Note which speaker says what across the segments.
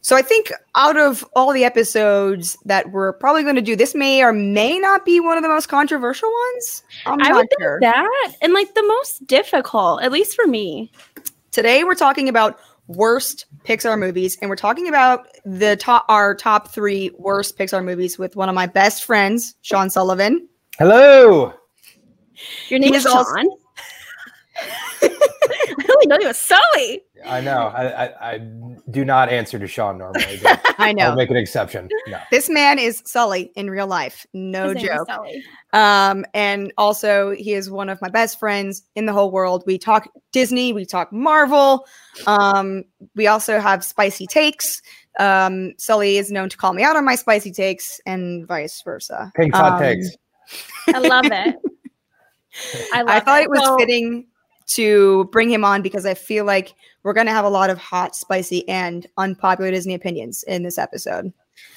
Speaker 1: So I think out of all the episodes that we're probably going to do, this may or may not be one of the most controversial ones. I'm
Speaker 2: I
Speaker 1: not
Speaker 2: would think
Speaker 1: sure.
Speaker 2: that and like the most difficult, at least for me.
Speaker 1: Today we're talking about worst Pixar movies, and we're talking about the top our top three worst Pixar movies with one of my best friends, Sean Sullivan.
Speaker 3: Hello.
Speaker 2: Your name
Speaker 1: He
Speaker 2: is
Speaker 1: is
Speaker 2: Sean.
Speaker 1: also-
Speaker 2: I only know you as Sully.
Speaker 3: I know. I, I, I do not answer to Sean normally. But
Speaker 1: I
Speaker 3: I'll
Speaker 1: know.
Speaker 3: make an exception. No.
Speaker 1: This man is Sully in real life. No
Speaker 2: His name is
Speaker 1: joke.
Speaker 2: Sully.
Speaker 1: Um, and also he is one of my best friends in the whole world. We talk Disney, we talk Marvel. Um, we also have spicy takes. Um, Sully is known to call me out on my spicy takes and vice versa.
Speaker 3: Pink's hot
Speaker 1: Um,
Speaker 3: takes.
Speaker 2: I love it. I, love
Speaker 1: I thought it was
Speaker 2: Well,
Speaker 1: fitting to bring him on because I feel like we're gonna have a lot of hot, spicy, and unpopular Disney opinions in this episode.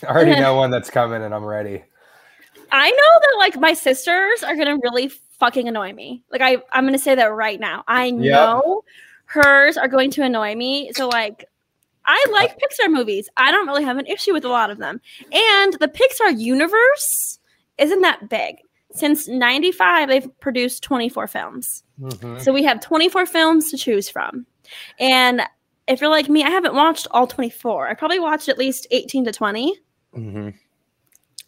Speaker 3: I already know one that's coming, and I'm ready.
Speaker 2: I know that like my sisters are gonna really fucking annoy me. Like I, I'm gonna say that right now. I know hers are going to annoy me. So like I like Pixar movies. I don't really have an issue with a lot of them. And the Pixar universe isn't that big. Since 95, they've produced 24 films.
Speaker 3: Mhm.
Speaker 2: So we have 24 films to choose from. And if you're like me, I haven't watched all 24. I probably watched at least 18 to 20.
Speaker 3: Mhm.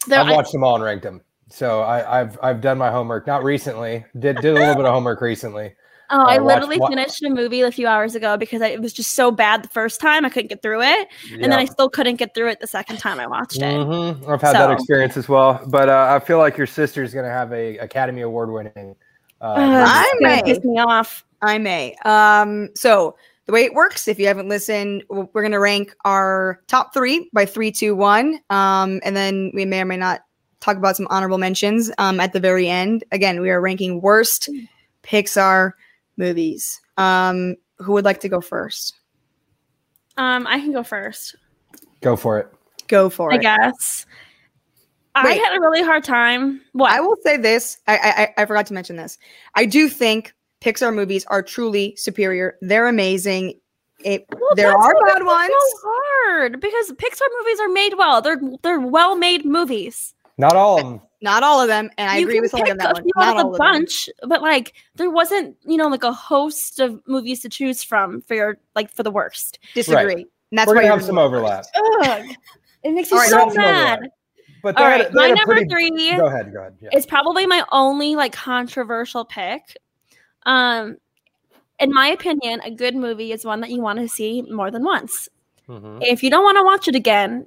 Speaker 2: Though
Speaker 3: I've
Speaker 2: I-
Speaker 3: watched them all and ranked them. So I, I've I've done my homework. Not recently. Did did a little bit of homework recently.
Speaker 2: Oh, I,
Speaker 3: I watched
Speaker 2: literally
Speaker 3: wa-
Speaker 2: finished a movie a few hours ago because I, it was just so bad the first time I couldn't get through it, and then I still couldn't get through it the second time I watched it.
Speaker 3: Mhm. I've had that
Speaker 2: So-
Speaker 3: experience as well. But uh, I feel like your sister's gonna have a Academy Award winning. Uh,
Speaker 2: Ugh,
Speaker 3: movie.
Speaker 1: I
Speaker 2: it's gonna
Speaker 1: may.
Speaker 2: piss me off.
Speaker 1: I may. Um, so the way it works, if you haven't listened, w- we're gonna rank our top three by three, two, one. Um, and then we may or may not talk about some honorable mentions um, at the very end. Again, we are ranking worst
Speaker 2: Hmm.
Speaker 1: Pixar movies. Um, who would like to go first?
Speaker 2: Um, I can go first,
Speaker 3: Go for it.
Speaker 1: Go for
Speaker 2: I
Speaker 1: it.
Speaker 2: guess. I
Speaker 1: Wait.
Speaker 2: had a really hard time. What?
Speaker 1: I will say this. I- I, I I forgot to mention this. I do think Pixar movies are truly superior. They're amazing. It,
Speaker 2: Well,
Speaker 1: there
Speaker 2: that's
Speaker 1: are
Speaker 2: why
Speaker 1: bad
Speaker 2: this is
Speaker 1: ones.
Speaker 2: So hard because Pixar movies are made well. They're they're well made movies.
Speaker 3: Not all of them.
Speaker 1: Not all of them, and I
Speaker 2: you
Speaker 1: agree
Speaker 2: can
Speaker 1: with Holly on
Speaker 2: pick
Speaker 1: that
Speaker 2: a
Speaker 1: one.
Speaker 2: few
Speaker 1: Not
Speaker 2: out of
Speaker 1: all of
Speaker 2: the
Speaker 1: them.
Speaker 2: bunch, but like there wasn't, you know, like a host of movies to choose from for your like for the worst.
Speaker 1: Disagree. And that's
Speaker 3: We're
Speaker 1: why
Speaker 3: gonna
Speaker 1: you're
Speaker 3: have some
Speaker 1: go
Speaker 3: overlap.
Speaker 2: Ugh. It makes me
Speaker 1: All right,
Speaker 2: so
Speaker 3: that's another
Speaker 2: mad.
Speaker 3: one. But they
Speaker 2: All
Speaker 3: had a-
Speaker 2: right,
Speaker 3: they
Speaker 2: my
Speaker 3: had a
Speaker 2: number
Speaker 3: pretty-
Speaker 2: three
Speaker 3: Go ahead. Go ahead. Yeah.
Speaker 2: is probably my only like controversial pick. Um, in my opinion, a good movie is one that you want to see more than once.
Speaker 3: Mhm.
Speaker 2: If you don't want to watch it again,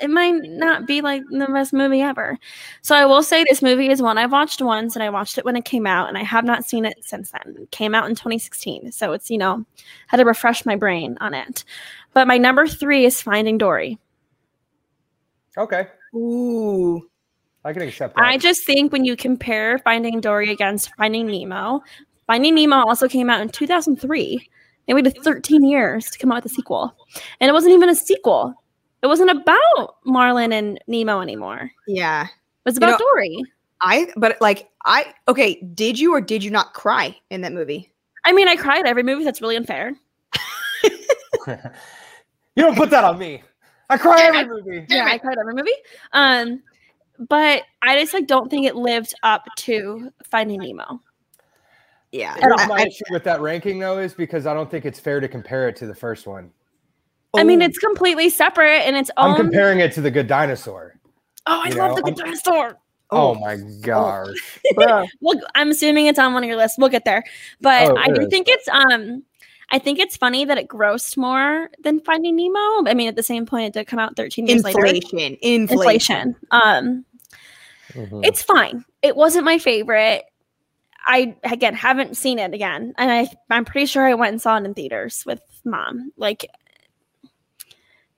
Speaker 2: it might not be like the best movie ever. So I will say this movie is one I've watched once, and I watched it when it came out, and I have not seen it since then. It came out in 2016, so it's you know had to refresh my brain on it. But my number three is Finding Dory.
Speaker 3: Okay.
Speaker 1: first. Ooh,
Speaker 3: I can accept that.
Speaker 2: I just think when you compare Finding Dory against Finding Nemo, Finding Nemo also came out in 2003. They waited 13 years to come out with a sequel. And it wasn't even a sequel. It wasn't about Marlin and Nemo anymore.
Speaker 1: yeah.
Speaker 2: It was
Speaker 1: You
Speaker 2: about Dory.
Speaker 1: I but like I okay. Did you or did you not cry in that movie?
Speaker 2: I mean, I cried at every movie. That's really unfair.
Speaker 3: you don't put that on me. I cry every movie.
Speaker 2: Yeah, I cried at every movie. Um, but I just like don't think it lived up to Finding Nemo.
Speaker 1: Yeah.
Speaker 3: Here's
Speaker 1: I-
Speaker 3: my
Speaker 1: I-
Speaker 3: issue with that ranking though is because I don't think it's fair to compare it to the first one.
Speaker 2: I mean,
Speaker 1: oh,
Speaker 2: it's completely separate and its
Speaker 3: I'm
Speaker 2: own.
Speaker 3: comparing it to the Good Dinosaur.
Speaker 2: oh, I
Speaker 3: you
Speaker 2: love
Speaker 3: know,
Speaker 2: the good
Speaker 3: I'm-
Speaker 2: dinosaur.
Speaker 3: Oh,
Speaker 1: Oh.
Speaker 3: my gosh.
Speaker 1: bruh.
Speaker 2: Well, I'm assuming it's on one of your lists. We'll get there. But
Speaker 3: Oh,
Speaker 2: I
Speaker 3: it
Speaker 2: do
Speaker 3: is.
Speaker 2: think it's um I think it's funny that it grossed more than Finding Nemo. I mean, at the same point, it did come out 13 years later.
Speaker 1: inflation, inflation.
Speaker 2: Inflation. Um,
Speaker 3: Mhm.
Speaker 2: it's fine. It wasn't my favorite. I again haven't seen it again, and I I'm pretty sure I went and saw it in theaters with mom. Like,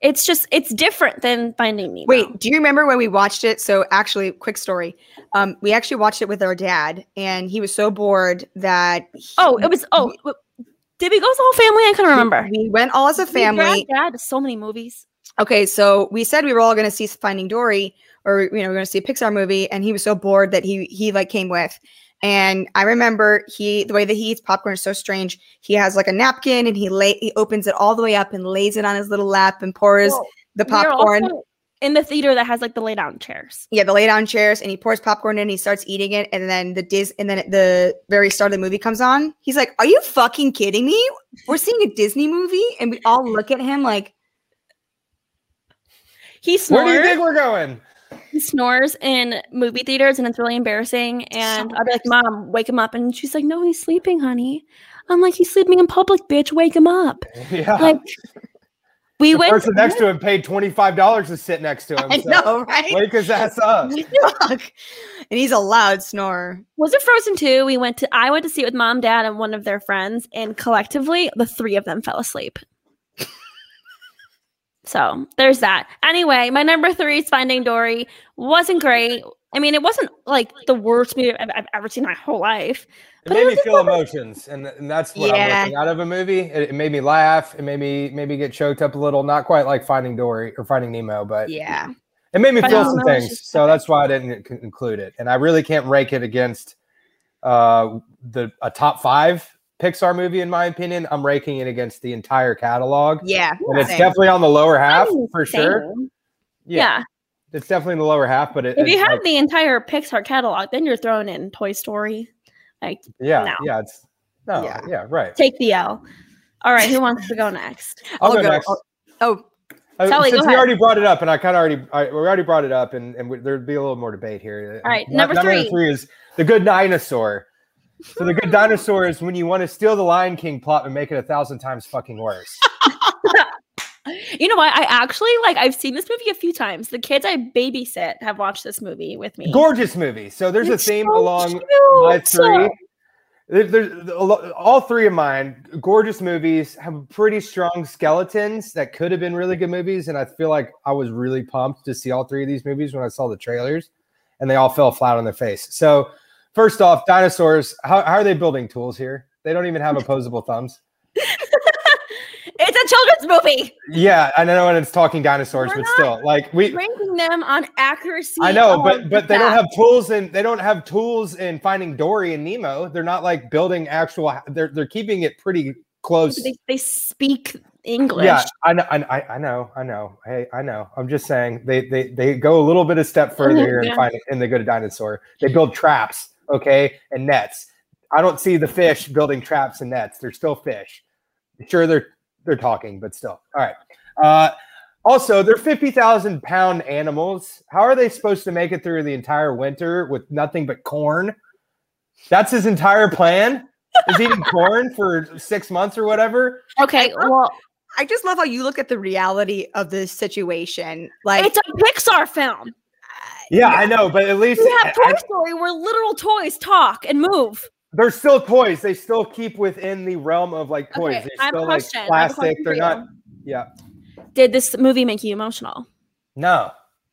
Speaker 2: it's just it's different than Finding Nemo.
Speaker 1: Wait, do you remember when we watched it? So, actually, quick story. Um, we actually watched it with our dad, and he was so bored that he-
Speaker 2: oh, it was oh, w- did we go as a whole family? I couldn't remember.
Speaker 1: we went all as a family.
Speaker 2: Dad, dad, so many movies.
Speaker 1: Okay, so we said we were all going to see Finding Dory, or you know, we are going to see a Pixar movie, and he was so bored that he he like came with. And I remember he the way that he eats popcorn is so strange. He has like a napkin, and he lay he opens it all the way up and lays it on his little lap and pours the
Speaker 2: we are
Speaker 1: popcorn.
Speaker 2: also in the theater that has like the lay down chairs.
Speaker 1: yeah, the lay down chairs, and he pours popcorn in, and he starts eating it, and then the Dis, and then at the very start of the movie comes on. He's like, "Are you fucking kidding me? We're seeing a Disney movie," and we all look at him like,
Speaker 2: He
Speaker 3: Where do you
Speaker 2: snores.
Speaker 3: think we're going?
Speaker 2: He snores in movie theaters, and it's really embarrassing. And I'll be like, "Mom, wake him up!" And she's like, "No, he's sleeping, honey." I'm like, "He's sleeping in public, bitch. Wake him up!"
Speaker 3: Yeah.
Speaker 2: Like, we
Speaker 3: the
Speaker 2: went.
Speaker 3: person next to him paid $25 to sit next to him.
Speaker 1: "I
Speaker 3: so
Speaker 1: know, right?"
Speaker 3: Wake his ass up.
Speaker 1: Fuck. And he's a loud snorer.
Speaker 2: was it Frozen Two? We went to. I went to see it with mom, dad, and one of their friends, and collectively, the three of them fell asleep. so there's that. Anyway, my number three is Finding Dory. Wasn't great. I mean, it wasn't like the worst movie I've, I've ever seen in my whole life.
Speaker 3: It
Speaker 2: But
Speaker 3: made
Speaker 2: it
Speaker 3: me
Speaker 2: was
Speaker 3: feel emotions, and, and that's what
Speaker 1: Yeah.
Speaker 3: I'm looking out of a movie. It, it made me laugh. It made me maybe get choked up a little. Not quite like Finding Dory or Finding Nemo, but
Speaker 1: Yeah.
Speaker 3: it made me
Speaker 2: Finding
Speaker 3: feel
Speaker 2: Nemo
Speaker 3: some
Speaker 2: was
Speaker 3: things.
Speaker 2: just
Speaker 3: So
Speaker 2: epic.
Speaker 3: that's why I didn't con- include it. And I really can't rank it against uh, the a top five Pixar movie, in my opinion. I'm ranking it against the entire catalog,
Speaker 1: Yeah.
Speaker 3: and it's
Speaker 1: same.
Speaker 3: definitely on the lower half
Speaker 2: I'm
Speaker 3: for sure.
Speaker 2: insane.
Speaker 3: Yeah,
Speaker 2: yeah.
Speaker 3: it's definitely in the lower half. But it,
Speaker 2: If you
Speaker 3: it's
Speaker 2: have
Speaker 3: like-
Speaker 2: the entire Pixar catalog, then you're throwing in Toy Story. Like,
Speaker 3: yeah,
Speaker 2: no.
Speaker 3: yeah, it's no,
Speaker 1: Yeah.
Speaker 3: yeah, right.
Speaker 2: take the L. All right, who wants to go next?
Speaker 3: I'll,
Speaker 1: I'll
Speaker 3: go,
Speaker 1: go.
Speaker 3: next.
Speaker 1: I'll- Oh,
Speaker 3: Uh,
Speaker 2: Sally, go
Speaker 3: since we
Speaker 2: ahead.
Speaker 3: already brought it up, and I kind of already I, we already brought it up, and, and we, there'd be a little more debate here.
Speaker 2: All right,
Speaker 3: Nu-
Speaker 2: number three.
Speaker 3: is the good dinosaur. So the good dinosaur is when you want to steal the Lion King plot and make it a thousand times fucking worse.
Speaker 2: You know what? I actually like. I've seen this movie a few times. The kids I babysit have watched this movie with me.
Speaker 3: Gorgeous movie. So there's a
Speaker 2: It's
Speaker 3: theme
Speaker 2: so
Speaker 3: along
Speaker 2: cute.
Speaker 3: my three. There- There's a lo- all three of mine. Gorgeous movies have pretty strong skeletons that could have been really good movies, and I feel like I was really pumped to see all three of these movies when I saw the trailers, and they all fell flat on their face. So, first off, dinosaurs. How, how are they building tools here? They don't even have opposable thumbs.
Speaker 2: It's a children's movie.
Speaker 3: Yeah, I know, and it's talking dinosaurs,
Speaker 2: We're
Speaker 3: but
Speaker 2: not
Speaker 3: still, like we
Speaker 2: Ranking them on accuracy.
Speaker 3: I know,
Speaker 2: of
Speaker 3: but but they
Speaker 2: that.
Speaker 3: don't have tools and they don't have tools in finding Dory and Nemo. They're not like building actual. They're they're keeping it pretty close.
Speaker 2: They, they speak English.
Speaker 3: Yeah, I know, I I- I know, I know. Hey, I know. I'm just saying they they they go a little bit a step further here and
Speaker 2: Yeah.
Speaker 3: find in the good dinosaur. They build traps, okay, and nets. I don't see the fish building traps and nets. They're still fish. Sure, they're they're talking, but still. All right. Uh, also, they're fifty thousand pound animals. How are they supposed to make it through the entire winter with nothing but corn? That's his entire plan. Is eating corn for six months or whatever.
Speaker 2: Okay. Well,
Speaker 1: I just love how you look at the reality of this situation. Like,
Speaker 2: it's a Pixar film.
Speaker 3: Yeah, I know, but at least
Speaker 2: We have
Speaker 3: I-
Speaker 2: Toy Story where literal toys talk and move.
Speaker 3: they're still toys. They still keep within the realm of like toys.
Speaker 2: Okay, I
Speaker 3: they're
Speaker 2: have a question. I
Speaker 3: still like
Speaker 2: have a
Speaker 3: plastic.
Speaker 2: question for
Speaker 3: They're
Speaker 2: you.
Speaker 3: not. Yeah.
Speaker 2: Did this movie make you emotional?
Speaker 3: No,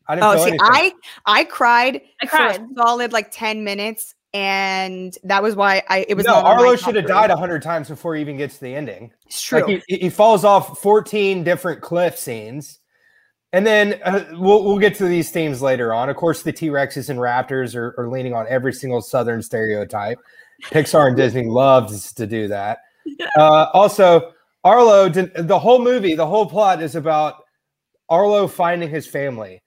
Speaker 3: I didn't.
Speaker 1: oh,
Speaker 3: feel
Speaker 1: see,
Speaker 3: anything.
Speaker 1: I I cried
Speaker 2: I
Speaker 1: for a
Speaker 2: cried.
Speaker 1: solid like ten minutes, and that was why I it was
Speaker 3: no.
Speaker 1: not on my
Speaker 3: Arlo
Speaker 1: top
Speaker 3: should have
Speaker 1: three.
Speaker 3: died a hundred times before he even gets to the ending.
Speaker 1: It's true.
Speaker 3: Like he, he falls off 14 different cliff scenes. And then uh, we'll, we'll get to these themes later on. Of course, the T Rexes and Raptors are, are leaning on every single Southern stereotype. Pixar and Disney loves to do that. Uh, also, Arlo, did, the whole movie, the whole plot is about Arlo finding his family.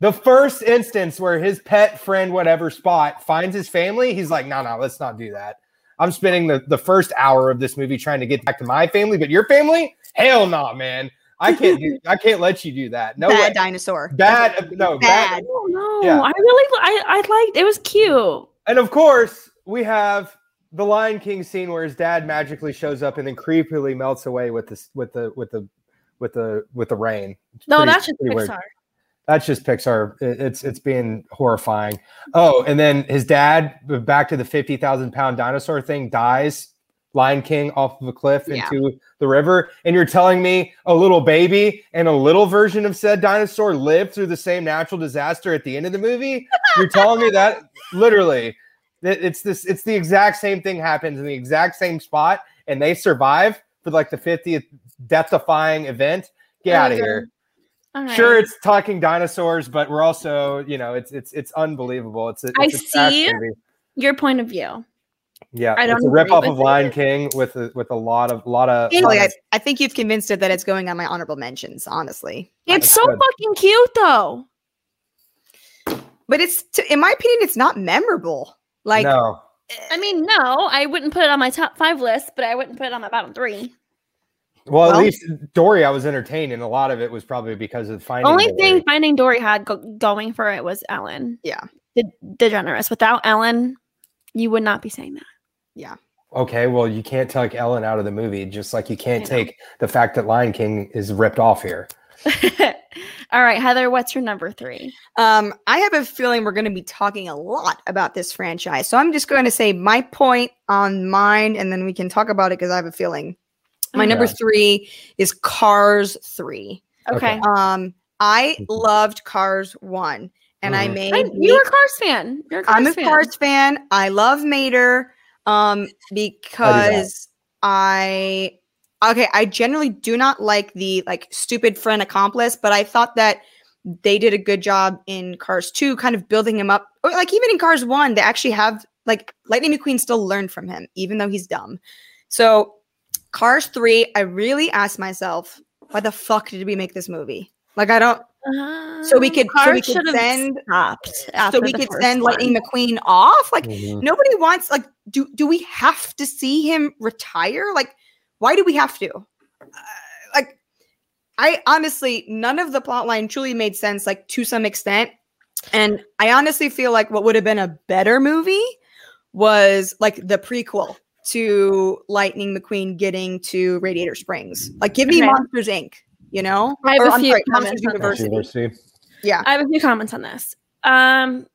Speaker 3: The first instance where his pet friend, whatever spot, finds his family, he's like, no, no, let's not do that. I'm spending the, the first hour of this movie trying to get back to my family, but your family? Hell no, man. I can't do I can't let you do that. No
Speaker 1: bad
Speaker 3: way.
Speaker 1: dinosaur.
Speaker 3: bad no bad.
Speaker 1: Bad.
Speaker 2: don't know.
Speaker 3: Yeah.
Speaker 2: I really, I, I liked. It was cute.
Speaker 3: And of course, we have the Lion King scene where his dad magically shows up and then creepily melts away with this with the with the with the with the rain. It's
Speaker 2: No,
Speaker 3: pretty-
Speaker 2: that's just
Speaker 3: pretty weird.
Speaker 2: Pixar.
Speaker 3: That's just Pixar. It- It's it's being horrifying. Oh, and then his dad, back to the fifty thousand pound dinosaur thing, dies. Lion King off of a cliff
Speaker 1: Yeah.
Speaker 3: into the river, and you're telling me a little baby and a little version of said dinosaur lived through the same natural disaster at the end of the movie? You're telling me that literally, that it's this, it's the exact same thing happens in the exact same spot, and they survive for like the fiftieth death-defying event. Get
Speaker 2: Oh my
Speaker 3: out of
Speaker 2: God.
Speaker 3: here
Speaker 2: All right.
Speaker 3: sure it's talking dinosaurs but we're also you know it's it's it's unbelievable it's, a,
Speaker 2: I
Speaker 3: it's a trash
Speaker 2: see.
Speaker 3: movie.
Speaker 2: your point of view.
Speaker 3: Yeah,
Speaker 2: I don't
Speaker 3: it's a
Speaker 2: agree
Speaker 3: rip off
Speaker 2: with
Speaker 3: of
Speaker 2: it.
Speaker 3: Lion King with a, with a lot of lot of. um,
Speaker 2: It's-
Speaker 1: Like, I,
Speaker 3: lot
Speaker 1: I think you've convinced it that it's going on my honorable mentions, honestly.
Speaker 2: It's
Speaker 3: That's
Speaker 2: so
Speaker 3: good.
Speaker 2: fucking cute though.
Speaker 1: But it's, to, in my opinion, it's not memorable.
Speaker 3: of-
Speaker 1: Like,
Speaker 3: no,
Speaker 2: I mean, no, I wouldn't put it on my top five list, but I wouldn't put it on my bottom three.
Speaker 3: well, at
Speaker 1: well-
Speaker 3: least Dory, I was entertained, and a lot of it was probably because of finding.
Speaker 2: Only
Speaker 3: Dory.
Speaker 2: thing Finding Dory had go- going for it was Ellen.
Speaker 1: Yeah.
Speaker 2: the DeGeneres. Without Ellen, you would not be saying that.
Speaker 3: Okay, well, you can't take Ellen out of the movie, just like you can't
Speaker 2: I know.
Speaker 3: take the fact that Lion King is ripped off here.
Speaker 2: All right, Heather, what's your number three?
Speaker 1: Um, I have a feeling we're going to be talking a lot about this franchise. So I'm just going to say my point on mine and then we can talk about it because I have a feeling. My
Speaker 2: Okay.
Speaker 1: number three is Cars 3.
Speaker 2: Okay.
Speaker 3: Okay.
Speaker 1: Um, I loved Cars 1 and I
Speaker 3: Mhm.
Speaker 1: made.
Speaker 2: Mm-hmm. I, you were a Cars fan. You're a Cars
Speaker 1: I'm a
Speaker 2: fan.
Speaker 1: Cars fan. I love Mater um, because I okay. I generally do not like the like stupid friend accomplice, but I thought that they did a good job in Cars Two, kind of building him up. Or like even in Cars One, they actually have like Lightning McQueen still learned from him, even though he's dumb. So Cars Three, I really asked myself, why the fuck did we make this movie? Like I don't. So we could- so we could
Speaker 2: Uh-huh. Um, should've
Speaker 1: send-
Speaker 2: stopped.
Speaker 1: so
Speaker 2: after
Speaker 1: we
Speaker 2: the
Speaker 1: could
Speaker 2: first
Speaker 1: send
Speaker 2: one.
Speaker 1: Lightning McQueen off. Like
Speaker 3: Mhm.
Speaker 1: nobody wants like do do we have to see him retire like why do we have to uh, like i honestly none of the plot line truly made sense like to some extent and i honestly feel like what would have been a better movie was like the prequel to lightning mcqueen getting to radiator springs like give me
Speaker 2: Okay.
Speaker 1: monsters inc you know
Speaker 2: I have a
Speaker 1: I'm
Speaker 2: few
Speaker 1: sorry,
Speaker 2: comments
Speaker 1: monsters
Speaker 2: on this.
Speaker 1: university
Speaker 3: University.
Speaker 1: yeah
Speaker 2: I have a few comments on this. Um,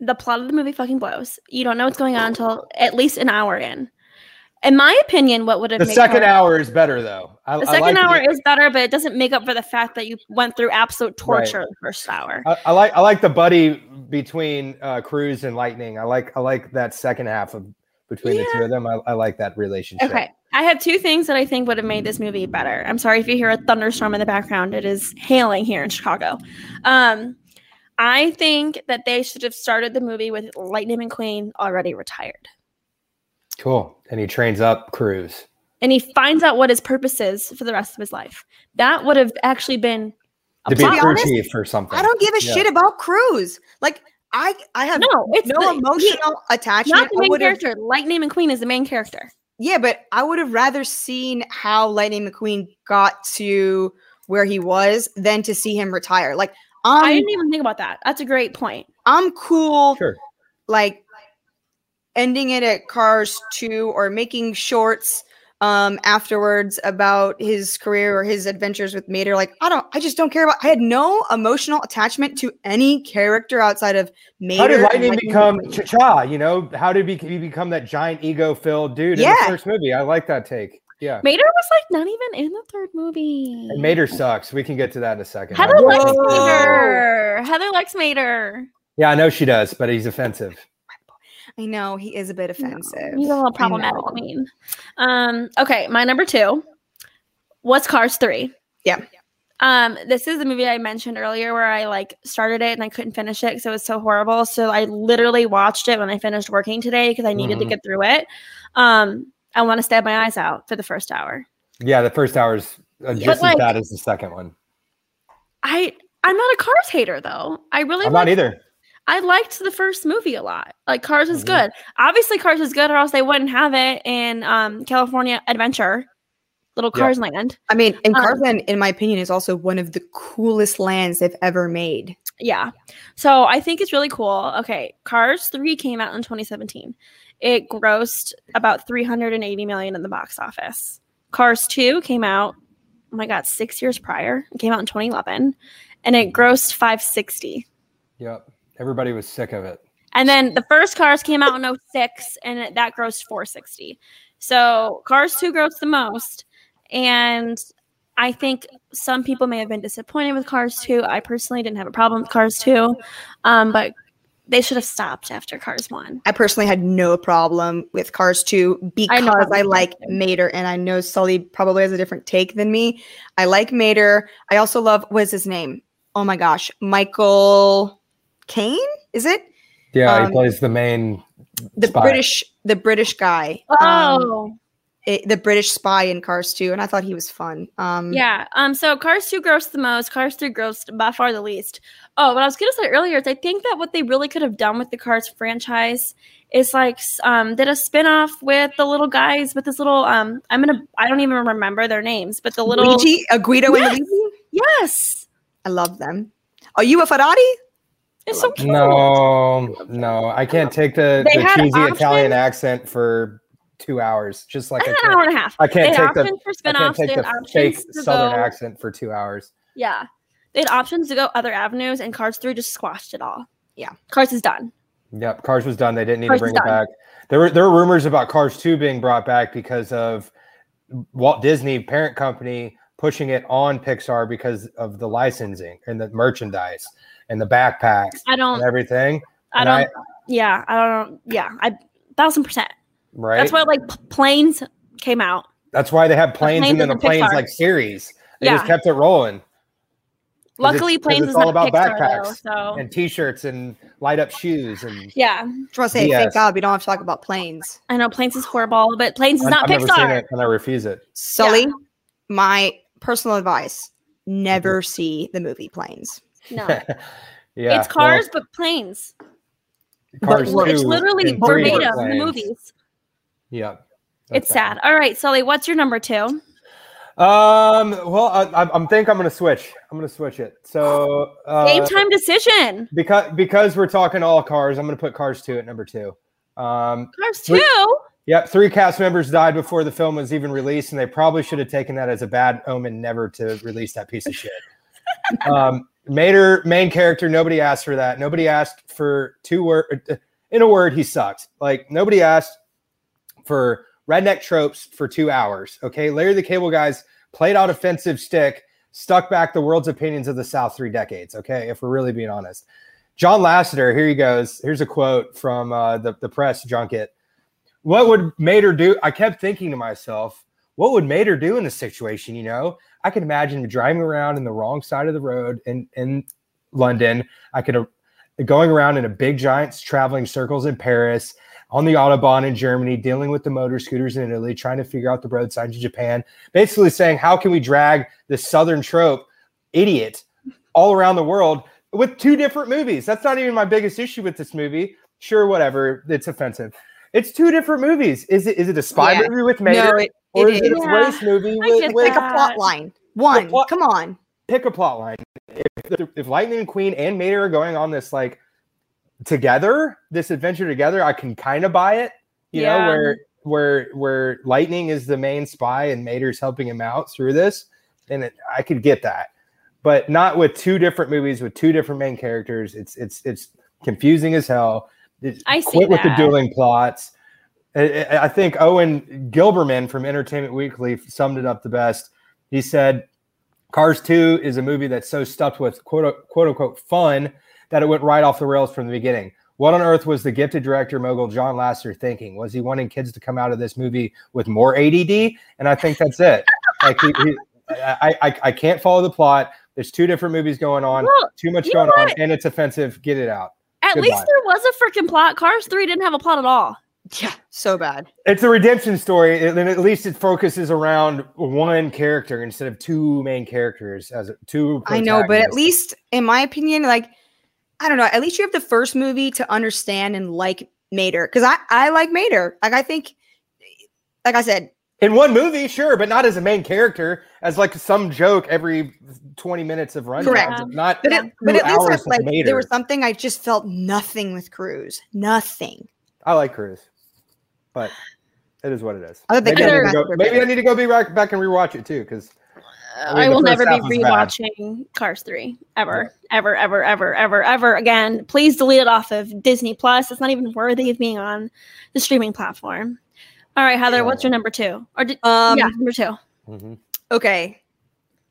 Speaker 2: the plot of the movie fucking blows. You don't know what's going on until at least an hour in. In my opinion, what would have
Speaker 3: The
Speaker 2: made
Speaker 3: second
Speaker 2: her-
Speaker 3: hour is better though. I,
Speaker 2: The
Speaker 3: I
Speaker 2: second
Speaker 3: like
Speaker 2: hour
Speaker 3: the,
Speaker 2: is better, but it doesn't make up for the fact that you went through absolute torture the first hour.
Speaker 3: I, I like I like the buddy between uh, Cruz and Lightning. I like I like that second half of between the two of them. I, I like that relationship.
Speaker 2: Okay. I have two things that I think would have made this movie better. I'm sorry if you hear a thunderstorm in the background. It is hailing here in Chicago. Um, I think that they should have started the movie with Lightning McQueen already retired.
Speaker 3: Cool. And he trains up Cruz.
Speaker 2: And he finds out what his purpose is for the rest of his life. That would have actually been a
Speaker 3: To be a
Speaker 1: To be
Speaker 2: plot.
Speaker 3: crew
Speaker 1: honest,
Speaker 3: chief or something.
Speaker 1: i don't give a
Speaker 3: Yeah.
Speaker 1: shit about cruz like i i have
Speaker 2: No, it's
Speaker 1: no
Speaker 2: the- he-
Speaker 1: emotional attachment.
Speaker 2: not the
Speaker 1: I
Speaker 2: main
Speaker 1: would have,
Speaker 2: character. Lightning McQueen is the main character.
Speaker 1: yeah, but I would have rather seen how Lightning McQueen got to where he was than to see him retire. Like
Speaker 2: I
Speaker 1: I'm,
Speaker 2: didn't even think about that. That's a great point.
Speaker 1: I'm cool.
Speaker 3: Sure.
Speaker 1: Like ending it at Cars Two or making shorts um afterwards about his career or his adventures with Mater. Like I don't, I just don't care about. I had no emotional attachment to any character outside of Mater.
Speaker 3: How did
Speaker 1: and
Speaker 3: Lightning become
Speaker 1: McQueen.
Speaker 3: Cha Cha? You know, how did he, he become that giant ego filled dude in
Speaker 1: Yeah.
Speaker 3: the first movie? I like that take. Yeah.
Speaker 2: Mater was like not even in the third movie.
Speaker 3: And Mater sucks. We can get to that in a second.
Speaker 2: Heather
Speaker 3: I'm-
Speaker 1: Whoa.
Speaker 2: likes Mater. Heather likes Mater.
Speaker 3: Yeah, I know she does, but he's offensive.
Speaker 1: I know he is a bit offensive.
Speaker 2: He's a little
Speaker 1: I
Speaker 2: problematic.
Speaker 1: know.
Speaker 2: I, mean, um, okay, my number two. What's Cars three?
Speaker 1: Yeah.
Speaker 2: Um, this is the movie I mentioned earlier where I like started it and I couldn't finish it because it was so horrible. So I literally watched it when I finished working today because I needed to
Speaker 1: Mm-hmm.
Speaker 3: Mhm.
Speaker 2: get through it. Um, I want to stab my eyes out for the first hour.
Speaker 3: Yeah, the first hour is uh, just as
Speaker 2: like-
Speaker 3: bad as the second one.
Speaker 2: I I'm not a Cars hater though. I really
Speaker 3: I'm not
Speaker 2: like
Speaker 3: either.
Speaker 2: I liked the first movie a lot. Like Cars is
Speaker 3: Mhm.
Speaker 2: good. Obviously, Cars is good, or else they wouldn't have it in um, California Adventure, Little
Speaker 3: Yeah.
Speaker 2: Cars Land.
Speaker 1: I mean, and
Speaker 2: Um,
Speaker 1: Carson, in my opinion, is also one of the coolest lands they've ever made.
Speaker 2: Yeah. So I think it's really cool. Okay, Cars three came out in 2017. It grossed about 380 million in the box office. Cars two came out. Oh my god, six years prior. It came out in 2011, and it grossed 560.
Speaker 3: Yep. Everybody was sick of it.
Speaker 2: And then the first Cars came out in 06 and it- that grossed 460. So Cars 2 grossed the most. And I think some people may have been disappointed with Cars 2. I personally didn't have a problem with Cars 2. Um, but they should have stopped after Cars 1.
Speaker 1: I personally had no problem with Cars 2
Speaker 2: I know
Speaker 1: because I,
Speaker 2: I would
Speaker 1: like
Speaker 2: too.
Speaker 1: Mater, and I know Sully probably has a different take than me. I like Mater. I also love, what is his name? Oh my gosh, Michael Caine? Is it?
Speaker 3: Yeah,
Speaker 1: Um,
Speaker 3: he plays the main
Speaker 1: the
Speaker 3: Spy.
Speaker 1: British the British guy. um,
Speaker 2: Oh,
Speaker 1: it- the British spy in Cars 2, and I thought he was fun. Um,
Speaker 2: yeah. Um, so Cars 2 grossed the most, Cars 3 grossed by far the least. Oh, what I was gonna say earlier is I think that what they really could have done with the Cars franchise is like s- um did a spin-off with the little guys with this little um I'm gonna I don't even remember their names, but the little
Speaker 1: Luigi, a Guido
Speaker 2: Yes.
Speaker 1: and Luigi.
Speaker 2: Yes.
Speaker 1: I love them. Are you a Ferrari?
Speaker 2: It's so cute.
Speaker 3: No, no, I can't take the,
Speaker 2: They
Speaker 3: the
Speaker 2: had
Speaker 3: cheesy
Speaker 2: options.
Speaker 3: Italian accent for two hours. Just like
Speaker 2: I
Speaker 3: I
Speaker 2: had an hour
Speaker 3: can't,
Speaker 2: and a half.
Speaker 3: I
Speaker 2: They
Speaker 3: can't
Speaker 2: had
Speaker 3: take the
Speaker 2: options for
Speaker 3: I can't
Speaker 2: spin-offs, they
Speaker 3: take
Speaker 2: had
Speaker 3: the fake
Speaker 2: options to
Speaker 3: Southern
Speaker 2: go
Speaker 3: accent for two hours.
Speaker 2: Yeah. They had options to go other avenues, and Cars 3 just squashed it all.
Speaker 1: Yeah.
Speaker 2: Cars is done.
Speaker 3: Yep, Cars was done. They didn't need
Speaker 2: Cars
Speaker 3: to bring
Speaker 2: is
Speaker 3: it
Speaker 2: done.
Speaker 3: back. There were there were rumors about Cars two being brought back because of Walt Disney parent company pushing it on Pixar because of the licensing and the merchandise and the backpacks
Speaker 2: I
Speaker 3: and
Speaker 2: don't,
Speaker 3: everything.
Speaker 2: I
Speaker 3: and
Speaker 2: don't,
Speaker 3: I-
Speaker 2: yeah, I don't, yeah, I, thousand percent.
Speaker 3: Right.
Speaker 2: That's why, like, p- planes came out.
Speaker 3: That's why they had planes
Speaker 2: planes
Speaker 3: and then
Speaker 2: is
Speaker 3: the
Speaker 2: a
Speaker 3: planes
Speaker 2: Pixar.
Speaker 3: like series. They just
Speaker 2: Yeah.
Speaker 3: kept it rolling it's-
Speaker 2: Luckily,
Speaker 3: 'cause
Speaker 2: planes
Speaker 3: it's
Speaker 2: is
Speaker 3: all
Speaker 2: not
Speaker 3: about
Speaker 2: Pixar,
Speaker 3: backpacks
Speaker 2: though, so
Speaker 3: and t-shirts and light up shoes and
Speaker 2: yeah,
Speaker 1: Trust me,
Speaker 3: Yes.
Speaker 1: thank God we don't have to talk about planes.
Speaker 2: I know planes is horrible, but planes is
Speaker 3: I-
Speaker 2: not
Speaker 3: I've never seen
Speaker 2: Pixar.
Speaker 3: it and I refuse it.
Speaker 1: Sully, my personal advice never see the movie Planes.
Speaker 2: No,
Speaker 3: yeah,
Speaker 2: it's cars, but planes.
Speaker 3: well, cars.
Speaker 1: but
Speaker 2: It's
Speaker 3: two
Speaker 2: literally
Speaker 3: and three were
Speaker 2: verbatim the
Speaker 3: planes.
Speaker 2: movies.
Speaker 3: Yeah,
Speaker 2: It's sad. All right, Sully, what's your number two?
Speaker 3: Um. Well, I, I, I think I'm gonna switch. I'm gonna switch it. So uh,
Speaker 2: Game time decision.
Speaker 3: because because we're talking all cars, I'm gonna put Cars two at number two. Um.
Speaker 2: Cars
Speaker 3: we-
Speaker 2: two.
Speaker 3: Yep. Three cast members died before the film was even released, and they probably should have taken that as a bad omen never to release that piece of shit. um. Mater main character. Nobody asked for that. Nobody asked for two word. In a word, he sucked. Like nobody asked for redneck tropes for two hours. Okay, Larry the Cable Guy's played out offensive stick, stuck back the world's opinions of the South three decades. Okay, if we're really being honest, John Lasseter. Here he goes. Here's a quote from uh, the the press junket. What would Mater do? I kept thinking to myself, what would Mater do in this situation? You know, I can imagine him driving around in the wrong side of the road in in London. I could. uh, Going around in a big giant traveling circles in Paris, on the Autobahn in Germany, dealing with the motor scooters in Italy, trying to figure out the road signs in Japan, basically saying, how can we drag this Southern trope idiot all around the world with two different movies? That's not even my biggest issue with this movie. Sure, whatever, it's offensive. It's two different movies. Is it is it a spy
Speaker 1: Yeah.
Speaker 3: movie with Mater,
Speaker 1: No, it,
Speaker 3: or
Speaker 1: it
Speaker 3: is
Speaker 1: is.
Speaker 3: it a
Speaker 2: Yeah,
Speaker 3: race movie
Speaker 2: I
Speaker 3: with,
Speaker 2: get
Speaker 3: with
Speaker 1: Pick a plot line. One.
Speaker 3: plot-
Speaker 1: Come on.
Speaker 3: pick a plot line. If, if Lightning Queen and Mater are going on this like together, this adventure together, I can kind of buy it. You know,
Speaker 2: Yeah.
Speaker 3: where where where Lightning is the main spy and Mater's helping him out through this, and it, I could get that, but not with two different movies with two different main characters. It's it's it's confusing as hell. It-
Speaker 2: I see
Speaker 3: quit with the
Speaker 2: that.
Speaker 3: dueling plots. I- I I think Owen Gilberman from Entertainment Weekly summed it up the best. He said, "Cars 2 is a movie that's so stuffed with quote quote unquote fun that it went right off the rails from the beginning. What on earth was the gifted director mogul John Lasseter thinking? Was he wanting kids to come out of this movie with more ADD? And I think that's it. like he, he, I, I, I can't follow the plot. There's two different movies going on,
Speaker 2: Well,
Speaker 3: too much
Speaker 2: you know
Speaker 3: going on, and it's offensive. Get it out.
Speaker 2: at
Speaker 3: goodbye.
Speaker 2: least there was a freaking plot. Cars three didn't have a plot at all.
Speaker 1: Yeah. So bad.
Speaker 3: It's a redemption story, and at least it focuses around one character instead of two main characters as two.
Speaker 1: I know, but at
Speaker 3: protagonists.
Speaker 1: least in my opinion, like I don't know, at least you have the first movie to understand and like Mater. Because I, I like Mater. Like I think like I said,
Speaker 3: in one movie, sure, but not as a main character, as like some joke every twenty minutes of run.
Speaker 1: Correct.
Speaker 3: Not
Speaker 1: but, it, but
Speaker 3: two
Speaker 1: at least
Speaker 3: hours
Speaker 1: I, like
Speaker 3: later.
Speaker 1: there was something I just felt nothing with Cruise. Nothing.
Speaker 3: I like Cruz, but it is what it is.
Speaker 1: I don't think
Speaker 3: maybe, I
Speaker 2: either
Speaker 3: need, to go,
Speaker 1: of us were
Speaker 3: maybe I need to go be back, back and rewatch it too, because I mean,
Speaker 2: I
Speaker 3: the
Speaker 2: will
Speaker 3: first
Speaker 2: never be
Speaker 3: half was bad.
Speaker 2: rewatching Cars 3 ever, ever, ever, ever, ever, ever again. Please delete it off of Disney Plus. It's not even worthy of being on the streaming platform. All right, Heather, what's your number two? Or did,
Speaker 1: Um
Speaker 2: yeah, number two.
Speaker 1: Okay.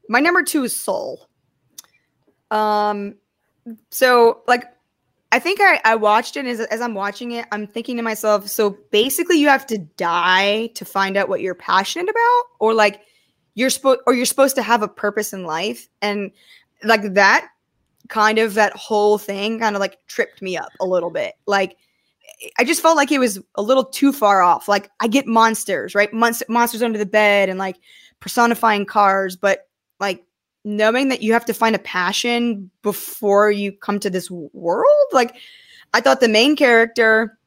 Speaker 1: My number two is Soul. Um, so like, I think I, I watched it as, as I'm watching it, I'm thinking to myself, so basically you have to die to find out what you're passionate about or like you're supposed, or you're supposed to have a purpose in life. And like that kind of, that whole thing kind of like tripped me up a little bit. Like I just felt like it was a little too far off. Like I get monsters, right? Monst- monsters under the bed and like personifying cars, but like knowing that you have to find a passion before you come to this world, like I thought the main character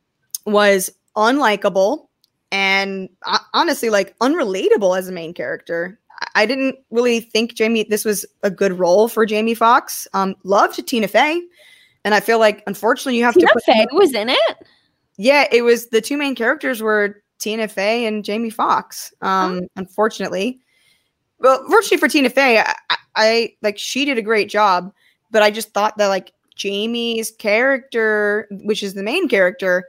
Speaker 1: was unlikable and uh, honestly like unrelatable as a main character. I-, I didn't really think Jamie this was a good role for Jamie Fox. Um, loved Tina Fey. And I feel like, unfortunately, you have
Speaker 2: Tina
Speaker 1: to.
Speaker 2: Fey was in it.
Speaker 1: Yeah, it was the two main characters were Tina Fey and Jamie Foxx. Um, oh. Unfortunately, well, virtually for Tina Fey, I, I like she did a great job, but I just thought that like Jamie's character, which is the main character,